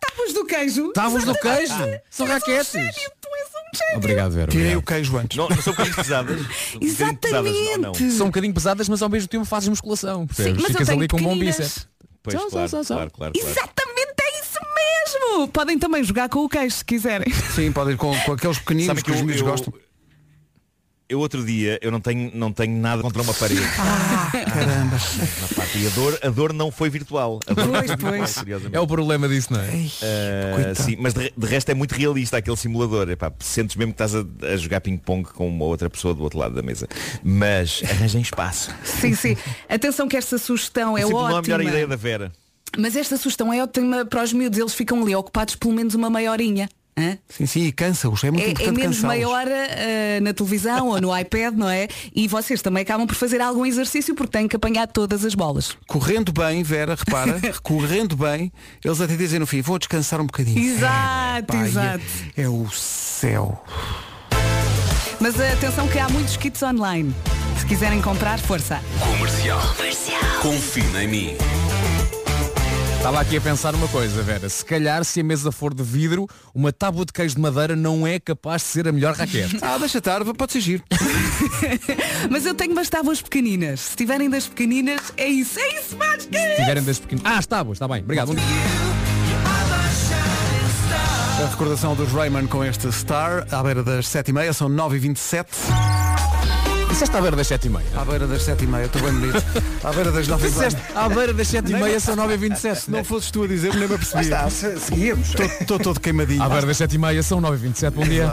D: Tábuas do queijo.
G: Tábuas do queijo. São
D: Tu és um
G: raquetes.
D: gênio, tu és um
G: Obrigado, Um Vera.
A: Tirei o queijo antes.
L: Não, não são coisas pesadas.
D: Exatamente.
G: São um bocadinho pesadas, mas ao mesmo tempo fazes musculação. percebes?
D: Sim, mas eu
G: Ficas
D: tenho
G: ali com um bom
D: pequeninas.
G: bíceps.
L: Pois,
D: Só, só,
L: claro,
D: só, só.
L: claro, claro, claro.
D: Exatamente, é isso mesmo. Podem também jogar com o queijo se quiserem.
A: Sim, pode ir com, com aqueles pequeninos
L: Sabe
A: que os miúdos gostam.
L: Eu outro dia, eu não tenho, não tenho nada contra uma parede.
A: Caramba.
L: Na parte. E a dor, a dor não foi virtual. A dor não foi virtual, curiosamente.
G: É o problema disso, não é?
L: Ah, sim, mas de, re- de resto é muito realista aquele simulador. Epá, sentes mesmo que estás a, a jogar ping-pong com uma outra pessoa do outro lado da mesa. Mas arranjem espaço.
D: Sim, sim. Atenção que esta sugestão é
L: Sempre não há
D: ótima.
L: melhor ideia da Vera.
D: Mas esta sugestão é ótima para os miúdos. Eles ficam ali ocupados pelo menos uma meia horinha. Hã?
A: Sim, sim, e cansa-os. É muito
D: É, é
A: importante
D: menos
A: cansá-los.
D: meia hora ah, na televisão ou no iPad, não é? E vocês também acabam por fazer algum exercício porque têm que apanhar todas as bolas.
A: Correndo bem, Vera, repara, correndo bem, eles até dizem no fim, vou descansar um bocadinho.
D: Exato,
A: Epá, e é-
D: exato.
A: É, o céu.
D: Mas atenção que há muitos kits online. Se quiserem comprar, força.
H: Comercial. Confina em mim.
G: Estava aqui a pensar uma coisa, Vera. Se calhar, se a mesa for de vidro, uma tábua de queijo de madeira não é capaz de ser a melhor raquete.
A: ah, deixa estar, pode ser giro.
D: Mas eu tenho umas tábuas pequeninas. Se tiverem das pequeninas, é isso, é isso, mais
G: Se tiverem das pequenas. Ah, as tábuas, está bem. Obrigado.
A: A recordação dos Rayman com este Star, à beira das 7h30, são 9h27.
G: Disseste à beira das 7h30.
A: À beira das 7h30, estou bem bonito. À beira das 9h30.
G: Disseste à beira das 7h30 são
A: 9h27. Se não fosses tu a dizer, nem me apercebi.
C: Lá está, se- seguíamos.
A: Estou todo queimadinho.
G: À beira das 7h30 são 9h27. Bom dia.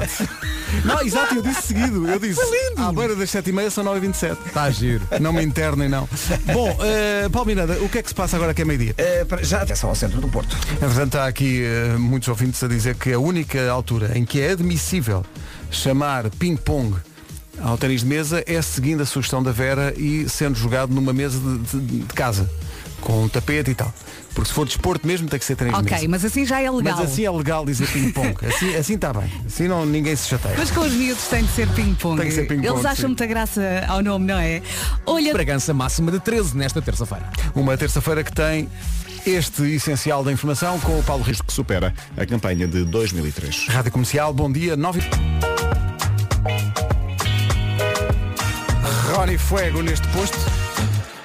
A: Não, exato, eu disse seguido. Eu disse. À beira das 7h30 são 9h27.
G: Está giro.
A: Não me internem, não. Bom, eh, Paulo Miranda, o que é que se passa agora que é meio-dia?
C: Eh, já atenção ao centro do Porto.
A: Entretanto, há aqui eh, muitos ouvintes a dizer que a única altura em que é admissível chamar ping-pong ao ténis de mesa é seguindo a sugestão da Vera e sendo jogado numa mesa de, de- de casa, com um tapete e tal. Porque se for desporto mesmo tem que ser ténis de
D: Ok,
A: mesa.
D: mas assim já é legal.
A: Mas assim é legal dizer ping-pong. Assim assim está bem. Assim não, ninguém se chateia.
D: Mas com os miúdos tem de ser ping-pong.
A: Tem que ser ping-pong,
D: Eles acham
A: sim.
D: muita graça ao nome, não é? Olha,
G: Bragança máxima de 13 nesta terça-feira.
A: Uma terça-feira que tem este essencial da informação com o Paulo Risto.
B: Que supera a campanha de 2003.
A: Rádio Comercial, bom dia, 9 Rony Fuego neste posto.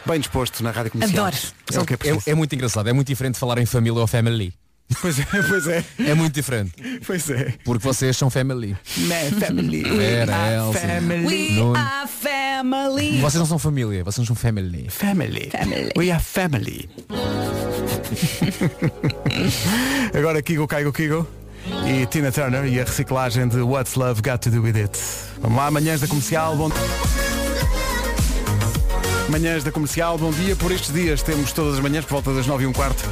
A: Bem disposto na Rádio Comercial.
G: Adoro.
A: É o que é preciso.
G: É, muito engraçado. É muito diferente falar em família ou family.
A: Pois é, pois é.
G: É muito diferente.
A: Pois é.
G: Porque vocês são family.
A: family.
D: We
G: Vera,
D: are
G: Elsa,
D: We
G: Nuno.
D: are family.
G: Vocês não são família, vocês são family.
A: Family. We are family. Agora Kigo Caigo Kigo e Tina Turner e a reciclagem de What's Love Got to Do With It. Vamos lá, manhãs da comercial, bom Manhãs da Comercial, bom dia. Por estes dias temos todas as manhãs, por volta das 9 e um quarto,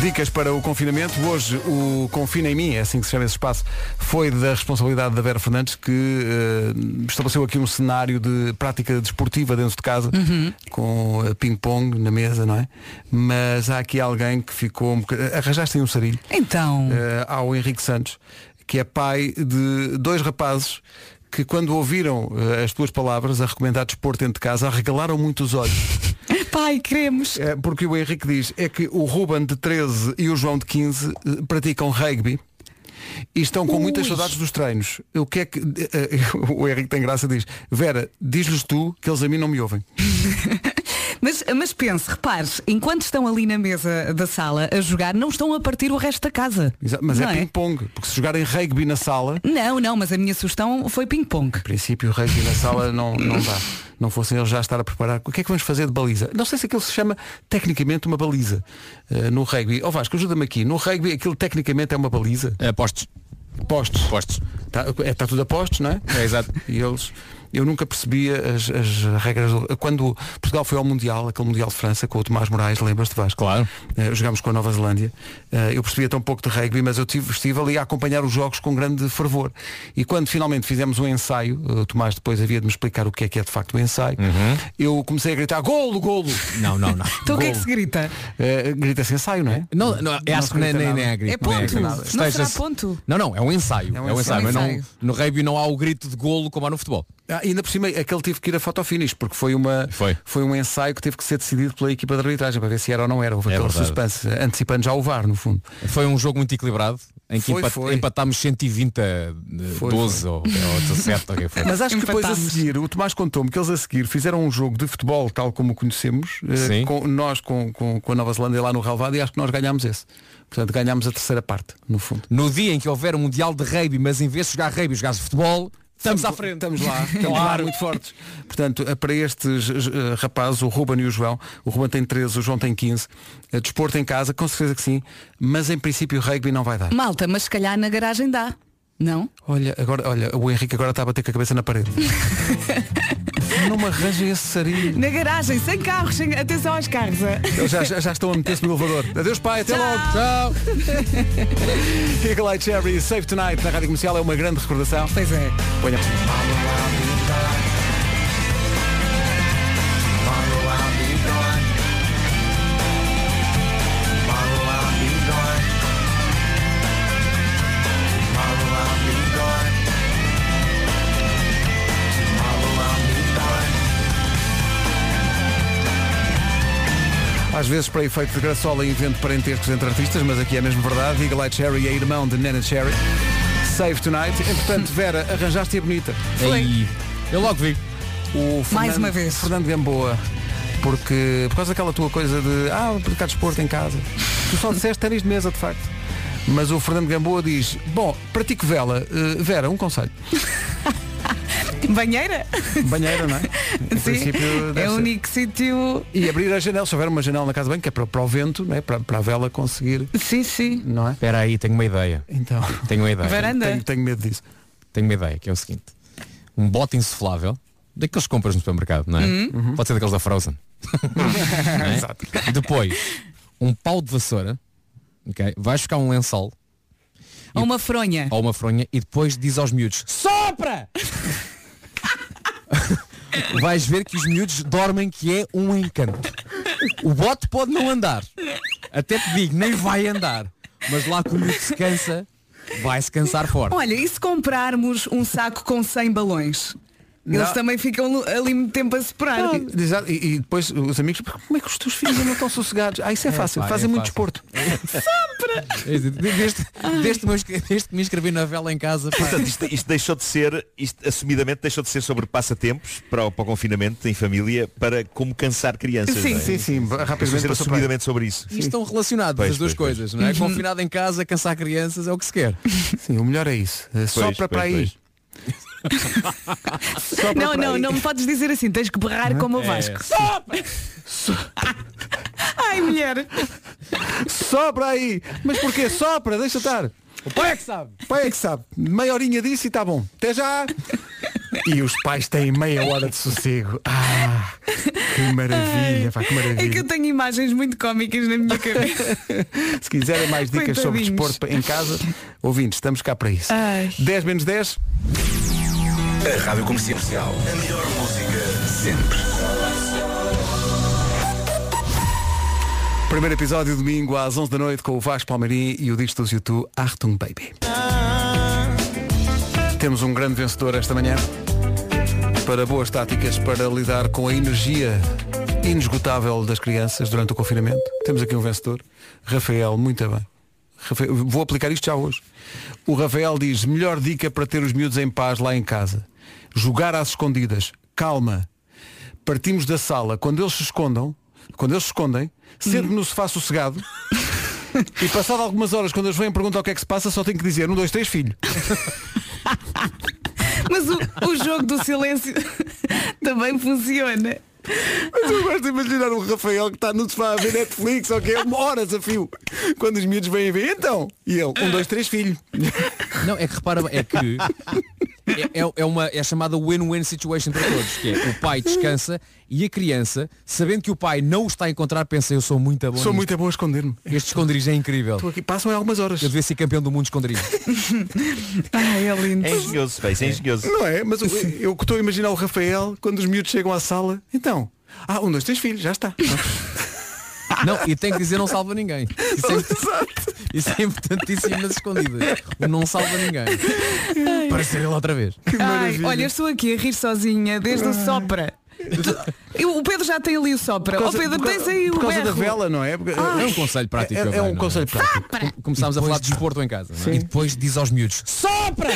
A: dicas para o confinamento. Hoje o Confina em Mim, é assim que se chama esse espaço, foi da responsabilidade da Vera Fernandes, que eh, estabeleceu aqui um cenário de prática desportiva dentro de casa, com eh, ping-pong na mesa, não é? Mas há aqui alguém que ficou um bocad... Arranjaste aí um sarilho
D: Então.
A: eh, ao Henrique Santos, que é pai de dois rapazes que quando ouviram eh, as tuas palavras a recomendar desporto dentro de casa, arregalaram muito os olhos.
D: Pai, queremos.
A: Eh, porque o Henrique diz é que o Ruben de 13 e o João de 15 eh, praticam rugby e estão com muitas
D: Ui.
A: saudades dos treinos. O que é que eh, o Henrique tem graça diz? Vera, diz-lhes tu que eles a mim não me ouvem.
D: Mas, mas pense, repares, enquanto estão ali na mesa da sala a jogar, não estão a partir o resto da casa.
A: Exa- Mas
D: Não
A: é ping-pong, porque se jogarem rugby na sala,
D: Não, não, mas a minha sugestão foi ping-pong.
A: Em princípio, o rugby na sala não, não dá. Não fossem eles já estar a preparar. O que é que vamos fazer de baliza? Não sei se aquilo se chama tecnicamente uma baliza eh, no rugby. Ó Vasco, ajuda-me aqui. No rugby aquilo tecnicamente é uma baliza?
G: postos.
A: Postos.
G: Postos.
A: Está é, tá tudo a postos, não é?
G: É, exato.
A: E eles. Eu nunca percebia as, as regras. do- Quando Portugal foi ao Mundial, aquele Mundial de França, com o Tomás Moraes, lembras-te Vasco?
G: Claro.
A: Eh, jogámos com a Nova Zelândia. Eh, eu percebia tão pouco de rugby, mas eu tive, estive ali a acompanhar os jogos com grande fervor. E quando finalmente fizemos um ensaio, eh, o Tomás depois havia de me explicar o que é que é de facto o ensaio,
G: Uhum.
A: eu comecei a gritar golo, golo!
G: Não, não, não.
D: Então o que é que se grita?
A: Eh, Grita-se ensaio, não é?
G: Não, não, é acho que nem, nem, nem há grito.
D: É ponto.
G: nem há
D: Não
G: grito.
D: será
G: Esteja-se-
D: ponto.
G: Não, não, é um ensaio. É um ensaio.
D: ensaio.
G: mas não- no rugby não há o grito de golo como há no futebol.
A: Ah, e ainda por cima, aquele teve que ir a fotofinish, porque foi, uma, foi. um ensaio que teve que ser decidido pela equipa de arbitragem, para ver se era ou não era. Houve
G: É
A: aquele
G: verdade.
A: suspense, antecipando já o VAR, no fundo.
G: Foi um jogo muito equilibrado, em que
A: Foi,
G: empat-
A: foi.
G: empatámos 120 a
A: Foi,
G: 12
A: foi.
G: eh, Ou, ou 17, ou o que foi.
A: Mas acho que depois a
G: Empatámos.
A: seguir, o Tomás contou-me que eles a seguir fizeram um jogo de futebol tal como o conhecemos, eh,
G: Sim.
A: com, nós com, com, com a Nova Zelândia lá no Ralvado e acho que nós ganhámos esse. Portanto, ganhámos a terceira parte, no fundo.
G: No dia em que houver um mundial de rugby, mas em vez de jogar rugby, jogar futebol, estamos, à frente.
A: Estamos lá, estamos lá muito fortes. Portanto, eh, para estes eh, rapazes, o Ruben e o João, o Ruben tem 13, o João tem 15, eh, desporto em casa, com certeza que sim, mas em princípio o rugby não vai dar.
D: Malta, mas se calhar na garagem dá. Não?
A: Olha, agora, olha, o Henrique agora está a bater com a cabeça na parede. não me arranja esse sarinho.
D: Na garagem, sem carros, sem... atenção aos carros. ah.
A: Eles já, já, já estão a meter-se no elevador. Adeus pai, até logo. Tchau. Kika Light Cherry, Save Tonight na Rádio Comercial é uma grande recordação.
D: Pois é.
A: Ponha. Às vezes para efeito de graçola invento parentescos entre artistas, mas aqui é mesmo verdade. Diga Light Cherry é irmão de Nana Cherry. Save Tonight. Entretanto, Vera, arranjaste-a bonita.
G: Ei, Eu logo vi.
A: O
G: Mais uma
A: vez. Fernando Gamboa. Porque por causa daquela tua coisa de ah, vou praticar desporto em casa. Tu só disseste ténis de mesa, de facto. Mas o Fernando Gamboa diz, bom, pratico vela. Eh, Vera, um conselho.
D: Banheira?
A: Banheira, não é? Em
D: Sim.
A: princípio, deve
D: É o
A: ser.
D: único sítio.
A: E abrir a janela, se houver uma janela na casa de banho, que é para, para o vento, não é? para, para a vela conseguir.
D: Sim, sim.
A: Não é?
G: Espera aí, tenho uma ideia.
A: Então.
G: Tenho uma ideia.
D: Varanda? Tenho-
A: medo disso.
G: Tenho uma ideia, que é o seguinte. Um bote insuflável, daqueles que compras no supermercado, não é?
N: Uhum.
G: Pode ser daqueles da Frozen. Não é? Depois, um pau de vassoura, ok? vais buscar um lençol
D: Ou uma fronha.
G: ou uma fronha e depois diz aos miúdos, Sopra! vais ver que os miúdos dormem que é um encanto. O bote pode não andar. Até te digo, nem vai andar. Mas lá que o miúdo se cansa, vai se cansar forte.
D: Olha, e se comprarmos um saco com 100 balões? Eles
A: Não.
D: também ficam ali muito tempo a separar.
A: Não, exato. E, e depois os amigos, como é que os teus filhos não estão sossegados? Ah, isso é,
G: É,
A: fácil,
G: pá,
A: fazem
G: é
A: muito
G: fácil.
A: desporto.
G: Desde, desde, desde que me inscre- desde que me inscrevi na vela em casa. pá.
L: Portanto, É, isto, isto deixou de ser, isto, assumidamente deixou de ser sobre passatempos para o, para o confinamento em família, para como cansar crianças.
G: Sim,
L: não é?
G: sim, sim,
A: rapidamente
L: Deixou de ser
A: passou para-
L: assumidamente sobre isso.
G: Isto estão relacionadas
L: Pois,
G: as duas
L: pois, pois.
G: coisas, não é?
L: Uhum.
G: Confinado em casa, cansar crianças, é o que se quer.
A: Sim, o melhor é isso. É só para para aí. Só para
D: não,
A: para
D: não,
A: aí.
D: não me podes dizer assim, tens que berrar como o
A: É.
D: Vasco.
A: Sopra!
D: Ai, mulher!
A: Sopra aí! Mas porquê? Sopra, deixa estar! O
G: pai é que sabe!
A: O pai é que sabe! Meia horinha disso e está bom. Até já! E os pais têm meia hora de sossego. Ah, que maravilha, pá, que
D: É que
A: maravilha.
D: eu tenho imagens muito cómicas na minha cabeça.
A: Se quiserem mais dicas sobre
D: Coitadinhos.
A: desporto em casa, ouvintes, estamos cá para isso.
D: Ai.
A: 10 menos 10.
H: A Rádio Comercial. A melhor música sempre.
A: Primeiro episódio domingo às 11 da noite com o Vasco Palmeirim e o disco dos YouTube Achtung Baby. Temos um grande vencedor esta manhã para boas táticas para lidar com a energia inesgotável das crianças durante o confinamento. Temos aqui um vencedor, Rafael, muito bem. Rafael, vou aplicar isto já hoje. O Rafael diz, melhor dica para ter os miúdos em paz lá em casa. Jogar às escondidas. Calma. Partimos da sala. Quando eles se escondam, quando eles se escondem, sento-me no sofá sossegado. E passado algumas horas, quando eles vêm perguntar o que é que se passa, só tenho que dizer, um, dois, três, filho.
D: Mas o, o jogo do silêncio também funciona.
A: Mas eu gosto de imaginar o Rafael que está no sofá a ver Netflix, ou que é uma hora desafio. Quando os miúdos vêm a ver, então, e ele, um, dois, três, filho.
G: Não, é que repara, é que é, é- é uma, é a chamada win-win situation para todos, que é o pai descansa e a criança, sabendo que o pai não o está a encontrar, pensa, eu sou muito bom.
A: Sou muito bom a esconder-me.
G: Este esconderijo é incrível.
A: Estou aqui, passam em algumas horas.
G: Eu devia ser campeão do mundo de esconderijo.
D: Ai, é lindo.
L: É engenhoso, pá, isso é engenhoso.
A: Não é? Mas eu, eu que estou a imaginar o Rafael, quando os miúdos chegam à sala, então, ah, um, dois, três, filho, já está.
G: Não, e tem que dizer não salva ninguém. Isso é, Isso é importantíssimo nas escondidas. O não salva ninguém. Para ser ele outra vez.
D: Ai, olha, eu estou aqui a rir sozinha desde o sopra. Eu- o Pedro já tem ali o sopra. Ó
A: causa-
D: Pedro,
A: por causa-
D: tens aí o
A: por causa da
D: berro.
A: vela, não é? Porque-
D: Ai.
A: É um conselho prático,
G: É,
A: vai,
G: é
A: não
G: um
A: é?
G: conselho prático. Com- Começámos a falar de desporto em casa. não é? E depois diz aos miúdos, sopra!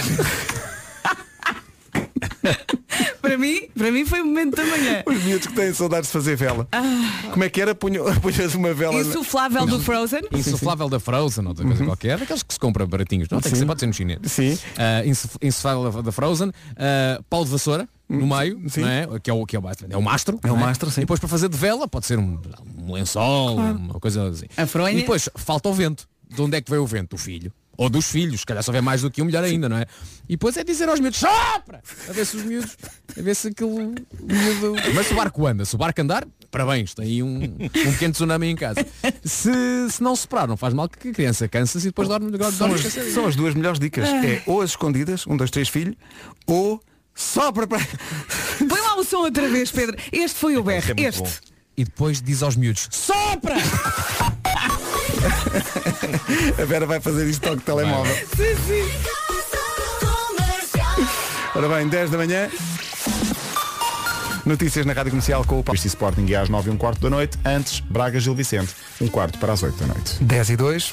D: Para mim, para mim foi o momento da manhã.
A: Os miúdos que têm saudades de fazer vela.
D: Ah,
A: Como é que era? Punho- Punhas uma vela. na-
D: insuflável do Frozen.
G: Insuflável da Frozen, outra coisa qualquer, daqueles que se compra baratinhos, não tem que
A: Uhum. Sim.
G: ser, pode ser no chinês.
A: Sim.
G: Ah, insuf- insuflável da- da Frozen, ah, pau de vassoura, no meio, não é? que é o que é o, é o mastro. É o mastro, sim. E depois para fazer de vela pode ser um, um lençol,
D: Claro.
G: uma coisa assim.
D: A fronha.
G: E depois falta o vento. De onde é que veio o vento? Do filho. Ou dos filhos, se calhar só vê mais do que um melhor ainda, não é? E depois é dizer aos miúdos, sopra! A ver se os miúdos, a ver se aquilo. miúdo- Mas se o barco anda, se o barco andar, parabéns, tem aí um, um pequeno tsunami em casa. Se, se não soprar, não faz mal que a criança cansa-se e depois dorme, dorme,
A: São
G: dorme
A: as,
G: descansadinha.
A: são as duas melhores dicas.
G: Ah.
A: É ou as escondidas, um, dois, três filhos, ou sopra para.
D: Põe lá o som outra vez, Pedro. Este foi o
A: É
D: berro. Este.
G: E depois diz aos miúdos, sopra!
A: A Vera vai fazer isto toque de telemóvel.
D: Sim, sim.
A: Ora bem, 10 da manhã. Notícias na Rádio Comercial com o Paulo.
B: Este Sporting é às 9 e um quarto da noite. Antes, Braga Gil Vicente, um quarto para as 8 da noite.
A: 10 e 2.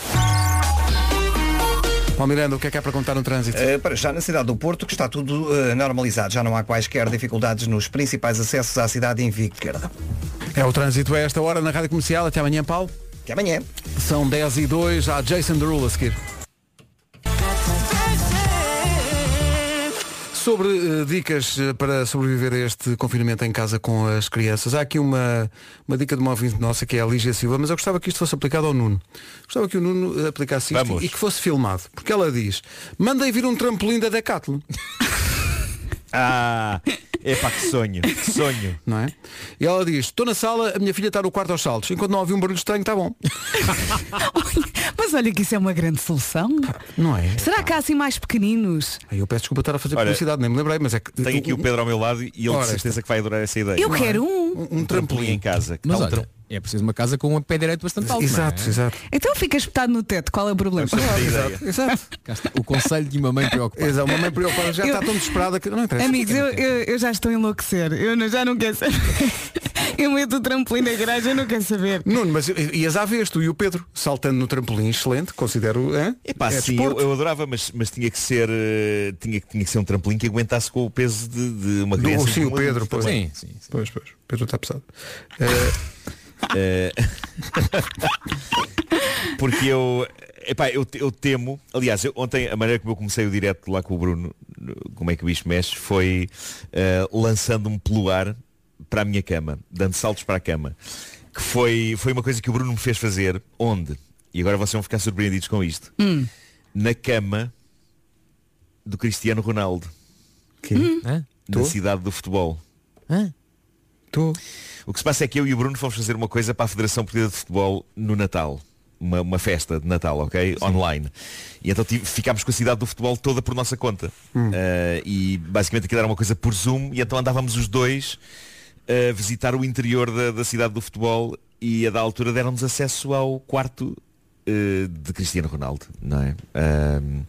A: Paulo Miranda, o que é que há para contar no trânsito?
C: Eh, para já na cidade do Porto, que está tudo eh, normalizado. Já não há quaisquer dificuldades nos principais acessos à cidade em Vigo Esquerda.
A: É o trânsito a esta hora na Rádio Comercial. Até amanhã, Paulo.
C: Até amanhã.
A: São 10 e 2. Há Jason Derulo a seguir. Sobre eh, dicas eh, para sobreviver a este confinamento em casa com as crianças, há aqui uma, uma dica de uma ouvinte nossa que é a Lígia Silva, mas eu gostava que isto fosse aplicado ao Nuno. Gostava que o Nuno eh, aplicasse isto e que fosse filmado, porque ela diz, mandei vir um trampolim da Decathlon.
L: Ah, epá, que sonho, que sonho.
A: Não é? E ela diz, estou na sala, a minha filha está no quarto aos saltos, enquanto não ouvir um barulho estranho, está bom.
D: Mas olha que isso é uma grande solução.
A: Não é?
D: Será que há assim mais pequeninos?
A: Aí eu peço desculpa estar a fazer
L: Olha,
A: publicidade, nem me lembrei, mas é que.
L: Tenho aqui o Pedro ao meu lado e ele
A: Ora,
L: de certeza que vai adorar essa ideia.
D: Eu quero um.
A: um
L: trampolim em casa.
G: Mas
L: Há um
G: olha,
L: tram-
G: é preciso uma casa com um pé direito bastante alto.
A: Exato, exato.
D: Então fica espetado no teto, qual é o problema?
G: O conselho de uma mãe preocupada.
A: Exato, uma mãe preocupada já
D: Eu-
A: está tão desesperada que não interessa.
D: Amigos, eu, eu- eu já estou a enlouquecer. Eu não- já não quero saber. Eu meto o trampolim na garagem, eu não quero saber.
A: Nuno, mas ias à vez, tu e o Pedro, saltando no trampolim, excelente, considero. hã?
L: Epá,
A: é
L: sim, eu,
A: desporto.
L: eu adorava, mas, mas tinha que ser eh, tinha, que- tinha que ser um trampolim que aguentasse com o peso de, de uma
A: Do-
L: criança. e
A: sim,
L: de
A: o
L: um
A: Pedro,
L: adulto
A: pois.
L: também.
A: Sim, Pois, pois. Pedro está pesado. Eh,
L: Eh, porque eu, epá, eu, te- eu temo, aliás, eu- ontem a maneira como eu comecei o direto lá com o Bruno, no- como é que o bicho mexe, foi eh, lançando-me pelo ar para a minha cama, dando saltos para a cama. Que foi, foi uma coisa que o Bruno me fez fazer, onde, e agora vocês vão ficar surpreendidos com isto, na cama do Cristiano Ronaldo. Na
G: Hum? Tu?
L: cidade do futebol.
G: Hã?
A: Tu?
L: O que se passa é que eu e o Bruno fomos fazer uma coisa para a Federação Portuguesa de Futebol no Natal. Uma, uma festa de Natal, ok? Online. E então tive- ficámos com a cidade do futebol toda por nossa conta. Ah, e basicamente aquilo era uma coisa por Zoom e então andávamos os dois a visitar o interior da, da cidade do futebol e a da altura deram-nos acesso ao quarto eh, de Cristiano Ronaldo, não é? Ahm,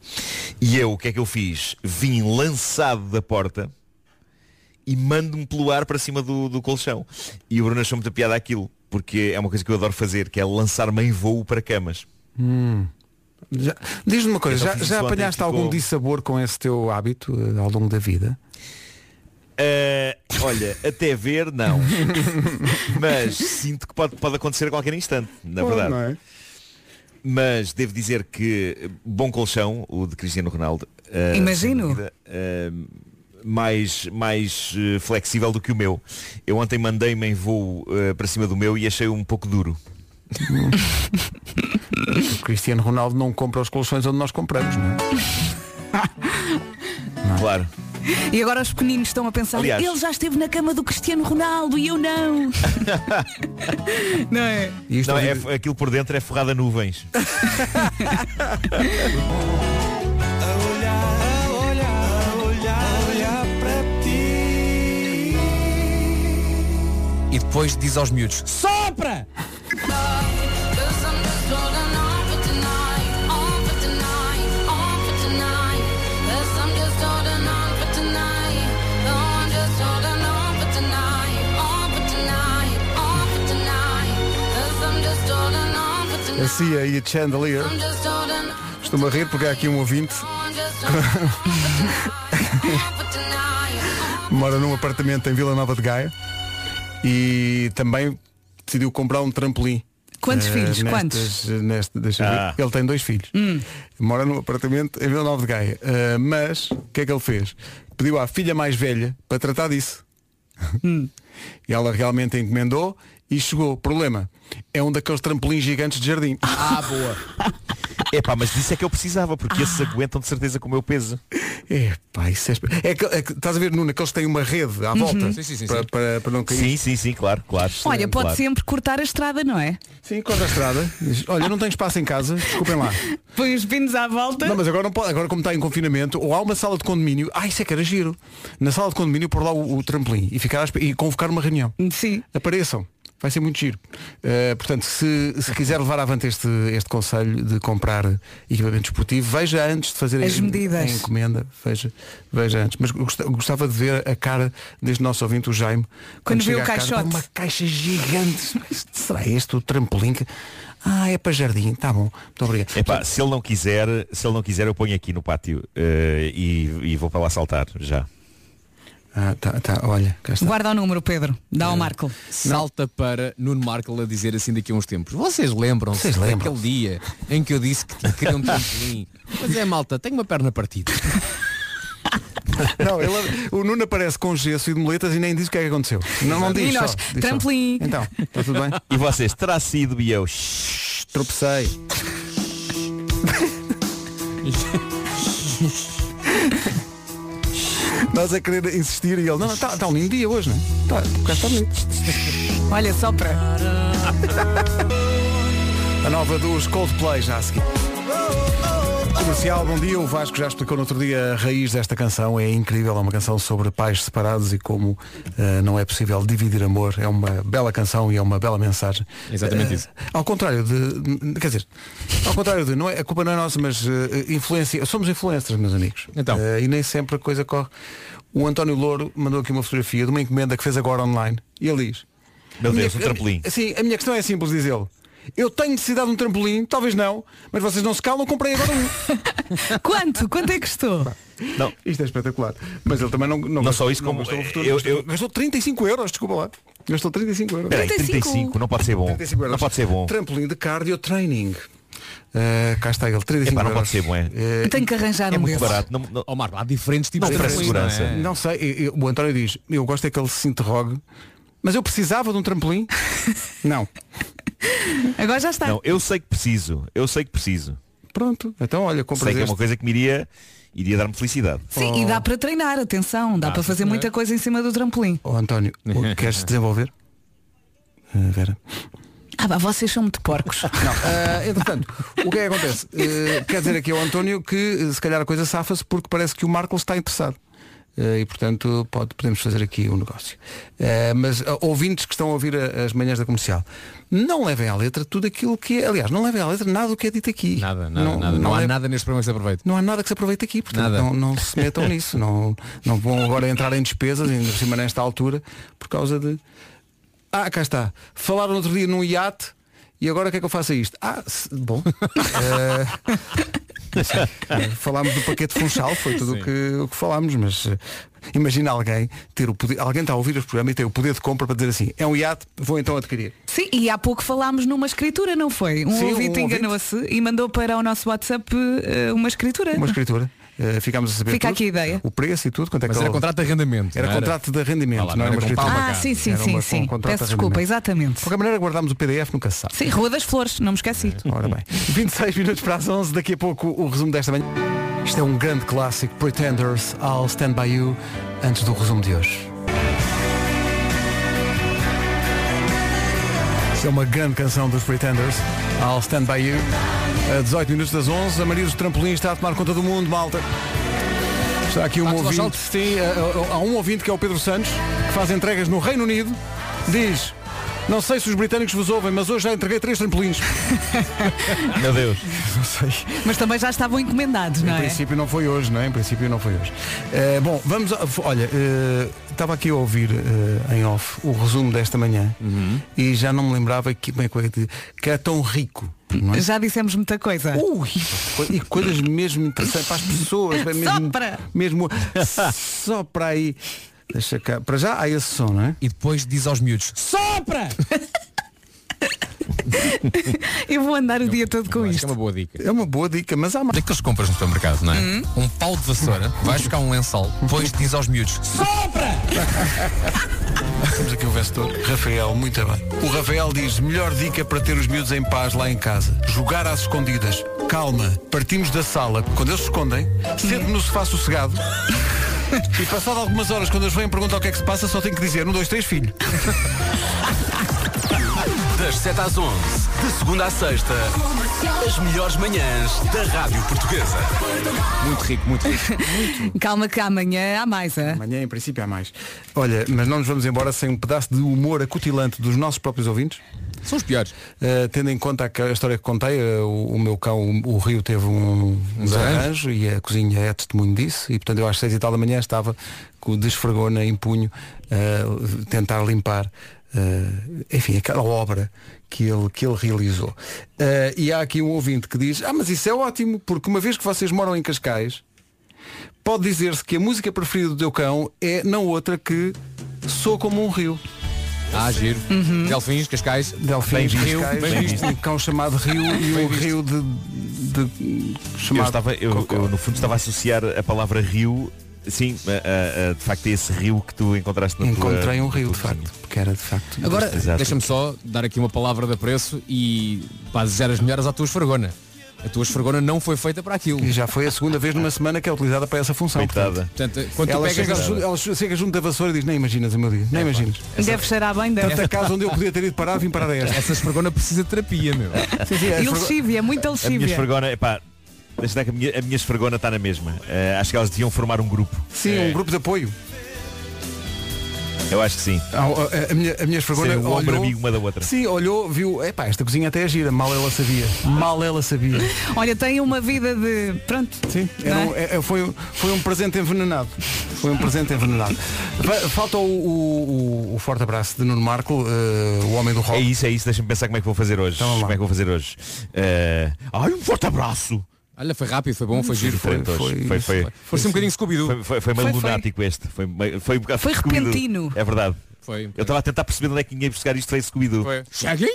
L: e eu, o que é que eu fiz? Vim lançado da porta e mando-me pelo ar para cima do, do colchão. E o Bruno achou muita piada aquilo, porque é uma coisa que eu adoro fazer, que é lançar-me em voo para camas.
A: hum. Já- Diz-me uma coisa,
L: Então
A: já,
L: fiz
A: já
L: isso ontem,
A: apanhaste
L: ficou-
A: algum dissabor com esse teu hábito eh, ao longo da vida?
L: Eh, olha, até ver, não. Mas sinto que pode, pode acontecer a qualquer instante, na
A: Pode,
L: verdade.
A: não é?
L: Mas devo dizer que eh, bom colchão, o de Cristiano Ronaldo. eh,
D: Imagino.
L: sem dúvida, eh, mais, mais eh, flexível do que o meu. Eu ontem mandei-me em voo eh, para cima do meu e achei um pouco duro.
A: O Cristiano Ronaldo não compra os colchões onde nós compramos, não é? Ah.
L: Claro.
D: E agora os pequeninos estão a pensar,
L: Aliás-
D: ele já esteve na cama do Cristiano Ronaldo e eu não. não é?
L: Não, é, aquilo por dentro é forrado a nuvens.
G: E depois diz aos miúdos, sopra!
A: A Cia e Chandelier. Estou-me a rir porque há aqui um ouvinte. Mora num apartamento em Vila Nova de Gaia e também decidiu comprar um trampolim.
D: Quantos
A: Eh,
D: filhos?
A: nestas-
D: Quantos?
A: neste- deixa eu ver.
D: Ah.
A: Ele tem dois filhos. Mora num apartamento em Vila Nova de Gaia. Eh, mas o que é que ele fez? Pediu à filha mais velha para tratar disso.
D: Hum.
A: E ela realmente encomendou e chegou. Problema. É um daqueles trampolins gigantes de jardim. Ah, boa.
L: Epá, mas disso é que eu precisava, porque esses aguentam de certeza com o meu peso.
A: Epá, isso é... esp- É que, é que- estás a ver, Nuno, que eles têm uma rede à
D: Uhum.
A: volta
D: Sim, sim, sim,
A: Para,
D: sim.
A: para, para não cair.
L: Sim, sim, sim, claro, claro.
D: Olha, pode sempre cortar a estrada, não é?
A: Sim, corta a estrada. Diz, Olha, não tenho espaço em casa, desculpem lá.
D: Põe os pinos à volta.
A: Não, mas agora não pode, agora como está em confinamento, ou há uma sala de condomínio, ah, isso é que era giro. Na sala de condomínio pôr lá o, o trampolim e, ficar à espe- e convocar uma reunião.
D: Sim.
A: Apareçam. Vai ser muito giro. Uh, portanto, se, se quiser levar avante este, este conselho de comprar equipamento esportivo, veja antes de fazer
D: As
A: a,
D: medidas.
A: a encomenda. Veja, veja antes. Mas gost- gostava de ver a cara deste nosso ouvinte, o Jaime,
D: Quando vê
A: chega
D: o
A: à casa,
D: caixote.
A: uma caixa gigante. Mas Será este o trampolim? que- Ah, é para jardim. Tá bom. Muito obrigado.
L: Epá, se ele não quiser, se ele não quiser, eu ponho aqui no pátio eh, e, e vou para lá saltar já.
A: Ah, tá, tá, olha, cá está.
D: Guarda o número, Pedro. Dá
L: Eh.
D: ao Marco.
G: Salta para Nuno Markle a dizer assim daqui a uns tempos. Vocês lembram-se
A: Vocês lembram-se?
G: daquele dia em que eu disse que queria um trampolim? Mas é malta, tenho uma perna partida.
A: Não, Então, ele- o Nuno aparece com gesso e de moletas e nem diz o que é que aconteceu. Não, não diz.
D: E
A: só,
D: nós,
A: diz só.
D: trampolim.
A: Então, está tudo bem?
L: E vocês, terá sido e eu.
A: Tropecei. Nós a querer insistir e ele, não, está um lindo dia hoje, não é? Tá, cá está bonito.
D: Olha, só para.
A: A nova dos Coldplay já a seguir. Comercial, bom dia. O Vasco já explicou no outro dia a raiz desta canção. É incrível, é uma canção sobre pais separados e como eh, não é possível dividir amor. É uma bela canção e é uma bela mensagem.
G: Exatamente
A: Eh,
G: isso.
A: Ao contrário de. Quer dizer, ao contrário de. Não é, a culpa não é nossa, mas eh, influencia. Somos influencers, meus amigos. Então. e nem sempre a coisa corre. O António Louro mandou aqui uma fotografia de uma encomenda que fez agora online. E ele diz.
L: Meu
A: "Minha-
L: Deus, um trampolim."
A: Sim, a minha questão é simples, diz ele. Eu tenho necessidade de um trampolim, talvez não, mas vocês não se calam, comprei agora um.
D: Quanto? Quanto é que custou?
L: Não.
A: Isto é espetacular. Mas ele também não Não,
L: só isso,
A: não
L: como é,
A: gastou o futuro,
L: eu,
A: gastou, gastou 35 euros, desculpa lá. Gastou 35 euros.
L: Peraí, 35, não pode ser bom.
A: 35 euros.
L: Não pode ser bom.
A: Trampolim de cardio training. Eh, cá está ele, 35
L: Epá, não
A: euros.
L: pode ser bom, é?
A: Eh,
D: Tenho que arranjar um desses.
L: Não,
G: Oh, Marco, há diferentes tipos
A: não,
G: de
A: para
G: trampolim,
A: segurança.
G: não é?
A: Não sei, eu- eu- o António diz, eu gosto é que ele se interrogue, mas eu precisava de um trampolim? não.
D: Agora já está.
L: Não, eu sei que preciso. Eu sei que preciso.
A: Pronto. Então, olha, compras
L: Sei que é
A: este.
L: uma coisa que me iria, iria dar-me felicidade.
D: Sim, e dá para treinar, atenção, dá
L: Dá,
D: para fazer
L: sim,
D: muita coisa em cima do trampolim.
A: Oh, António, o- queres desenvolver? Eh, Vera.
D: Ah, pá, vocês são muito porcos.
A: Não, eh, entretanto, o que é que acontece? Eh, quer dizer aqui ao António que eh, se calhar a coisa safa-se porque parece que o Marco está interessado. Eh, e portanto pode, podemos fazer aqui um negócio. Eh, mas ah, ouvintes que estão a ouvir a- as manhãs da comercial, não levem à letra tudo aquilo que é. Aliás, não levem à letra nada do que é dito aqui.
G: Nada, nada,
A: Não-
G: nada. Não,
A: não
G: há
A: é-
G: nada neste programa que se aproveite.
A: Não há nada que se aproveite aqui, portanto
G: Nada.
A: não, não se metam nisso. Não, não vão agora entrar em despesas, ainda por cima nesta altura, por causa de. Ah, cá está. Falaram outro dia num iate e agora o que é que eu faço a isto? Ah, se- bom. Eh, não sei. Eh, falámos do paquete funchal, foi tudo o que, o que falámos, mas eh, imagina alguém ter o poder. Alguém está a ouvir os programas e tem o poder de compra para dizer assim, é um iate, vou então adquirir.
D: Sim, e há pouco falámos numa escritura, não foi? Um
A: Sim, um
D: ouvinte
A: ouvinte.
D: enganou-se e mandou para o nosso WhatsApp eh, uma escritura.
A: Uma escritura. Eh, ficámos a saber
D: Fica
A: tudo.
D: aqui a ideia.
A: o preço e tudo, quanto é
G: Mas
A: que
G: era
A: ele-
G: contrato de arrendamento.
A: Era
G: não era?
A: contrato de arrendamento,
G: Olá,
A: não era
G: não
A: uma
G: era com
A: escritura.
G: palma,
D: Ah, sim, sim,
A: Era
D: sim,
A: uma-
D: sim.
A: um contrato
D: Peço
A: de
D: desculpa,
A: arrendamento.
D: exatamente.
A: De qualquer maneira guardámos o PDF, nunca se sabe.
D: Sim, Rua das Flores, não me esqueci.
A: Ora bem. 26 minutos para as 11, daqui a pouco o resumo desta manhã. Isto é um grande clássico, Pretenders, I'll Stand By You, antes do resumo de hoje. Isto é uma grande canção dos Pretenders, I'll Stand By You. A 18 minutos das 11, a Maria dos Trampolins está a tomar conta do mundo, malta. Está aqui um
G: Marcos
A: ouvinte,
G: Gonçalves.
A: sim, há- há há um ouvinte que é o Pedro Santos, que faz entregas no Reino Unido, diz, não sei se os britânicos vos ouvem, mas hoje já entreguei três trampolins.
L: Meu Deus.
A: Não sei.
D: Mas também já estavam encomendados, não
A: Em
D: é?
A: princípio não foi hoje, não é? Em princípio não foi hoje. Eh, bom, vamos. a- f- olha, eh, estava aqui a ouvir eh, em off o resumo desta manhã e já não me lembrava é que, como é que, eu ia dizer, que era tão rico. não é?
D: Já dissemos muita coisa.
A: Ui, e coisas mesmo interessantes para as pessoas. é Mesmo,
D: Sopra!
A: mesmo só para aí. Deixa cá. Para já há esse som, não é?
G: E depois diz aos miúdos.
D: Sopra! Eu vou andar o dia todo com isto.
G: É uma boa dica.
A: É uma boa dica, mas há mais.
G: Daqueles que compras no supermercado, não é?
A: Hum?
G: Um pau de vassoura, vais buscar um lençol, depois diz aos miúdos.
A: Sopra! Temos aqui o vencedor, Rafael, muito bem. O Rafael diz, melhor dica para ter os miúdos em paz lá em casa. Jogar às escondidas. Calma, partimos da sala. Quando eles se escondem, sente-me no sofá sossegado. E passado algumas horas, quando eles vêm perguntar o que é que se passa, só tenho que dizer, um, dois, três, filho.
H: Das 7 às 11, de segunda à sexta, as melhores manhãs da Rádio Portuguesa.
A: Muito rico, muito rico.
D: Calma que amanhã há mais, é?
A: Amanhã, em princípio, há mais. Olha, mas não nos vamos embora sem um pedaço de humor acutilante dos nossos próprios ouvintes. Eh,
G: São os piores.
A: tendo em conta a, a história que contei, eh, o, o meu cão, o, o Rio, teve um, um desarranjo e a cozinha é testemunho disso. E, portanto, eu às seis e tal da manhã estava com o desfregona em punho eh, tentar limpar. eh, enfim, aquela obra que ele, que ele realizou. Eh, e há aqui um ouvinte que diz, ah, mas isso é ótimo, porque uma vez que vocês moram em Cascais, pode dizer-se que a música preferida do teu cão é não outra que Sou como um rio.
G: Ah, giro. Delfins, Cascais.
A: Uhum. Delfins,
G: Bem visto,
A: Cascais,
G: bem visto.
A: um cão chamado Rio e um rio de, de-
L: Eu,
A: chamado
L: estava, eu, eu, no fundo estava a associar a palavra rio, sim, a- a- a, de facto é esse rio que tu encontraste na tua...
A: Encontrei um rio, de facto, porque era de facto.
G: Agora,
L: Exato.
G: deixa-me só dar aqui uma palavra de apreço e pá, desejar as melhoras à tua esfregona. A tua esfregona não foi feita para aquilo.
A: E já foi a segunda vez numa semana que é utilizada para essa função.
L: Coitada.
G: Portanto, quando tu
A: ela,
G: pegas
A: chega,
G: na-
A: ju- ela chega junto da vassoura e diz, nem imaginas o meu
L: É,
A: dia, nem imaginas.
D: Deve cheirar bem, deve.
A: Tanta casa onde eu podia ter ido parar, vim parar a esta.
L: É,
G: Essa esfregona precisa de terapia, meu.
A: Sim, sim, é
D: E um
A: esfrego-
D: lexívia, muita
L: A minha
D: lexívia.
L: esfregona, epá, deixa dar que a minha, a minha esfregona está na mesma. Eh, acho que elas deviam formar um grupo.
A: Sim, um grupo de apoio.
L: Eu acho que sim.
A: Ah, A, a minha, a minha esfregona
L: Ser o ombro
A: olhou-
L: amigo uma da outra.
A: Sim, olhou, viu, epá, esta cozinha até é gira, mal ela sabia. Mal ela sabia.
D: Olha, tem uma vida de. Pronto.
A: Sim, Era
D: Não é?
A: um- é- é- foi, um- foi um presente envenenado. Foi um presente envenenado. Fa- Falta o, o- o forte abraço de Nuno Marco, eh, o homem do rock.
L: É isso, é isso. Deixa-me pensar como é que vou fazer hoje.
A: Então vá lá.
L: como é que vou fazer hoje? Eh, Ai, um forte abraço! Então,
G: Olha, foi rápido, foi bom,
L: Foi
G: foi giro. Foi,
L: diferente hoje. Foi, foi, foi,
G: Foi-se um bocadinho scooby
L: foi, foi meio
G: Foi, foi.
L: lunático este. Foi, meio- foi, um bocado
D: Foi
L: Scooby-Doo.
D: repentino.
L: É verdade.
G: Foi.
L: Eu estava a tentar perceber onde é que ninguém ia buscar isto, foi Scooby-Doo.
G: Cheguei?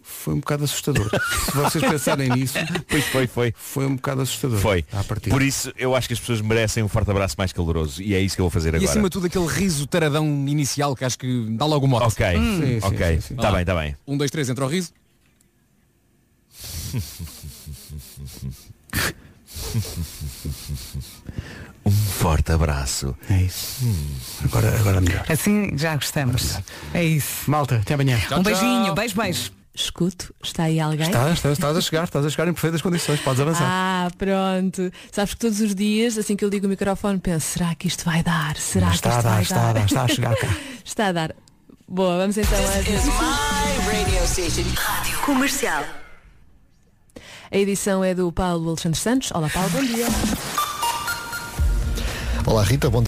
A: Foi um bocado assustador. Se vocês pensarem nisso,
L: Pois foi, foi.
A: foi um bocado assustador.
L: Foi.
A: À partida.
L: Por isso, eu acho que as pessoas merecem um forte abraço mais caloroso. E é isso que eu vou fazer
G: E
L: agora.
G: acima de tudo aquele riso taradão inicial que acho que dá logo o mote.
L: Ok,
N: Hum,
A: Sim, sim,
L: ok. Tá,
A: sim, sim.
L: Está bem, está bem.
G: Um, dois, três, entra o riso.
L: Um forte abraço.
A: É isso. Agora, agora melhor.
D: Assim já gostamos. É isso.
A: Malta, até amanhã.
D: Um beijinho, beijo, beijo.
N: Escuto, está aí alguém?
A: Estás, Tá, estás, estás a chegar, estás a chegar em perfeitas condições, podes avançar.
N: Ah, pronto. Sabes que todos os dias, assim que eu ligo o microfone, penso, será que isto vai dar? Será
A: Mas
N: que
A: está a
N: isto
A: dar,
N: vai
A: está a dar, está
N: dar?
A: a chegar cá.
N: está a dar. Boa, vamos então a...
K: Comercial.
N: a edição é do Paulo Alexandre Santos. Olá Paulo, bom dia.
O: Olá Rita, bom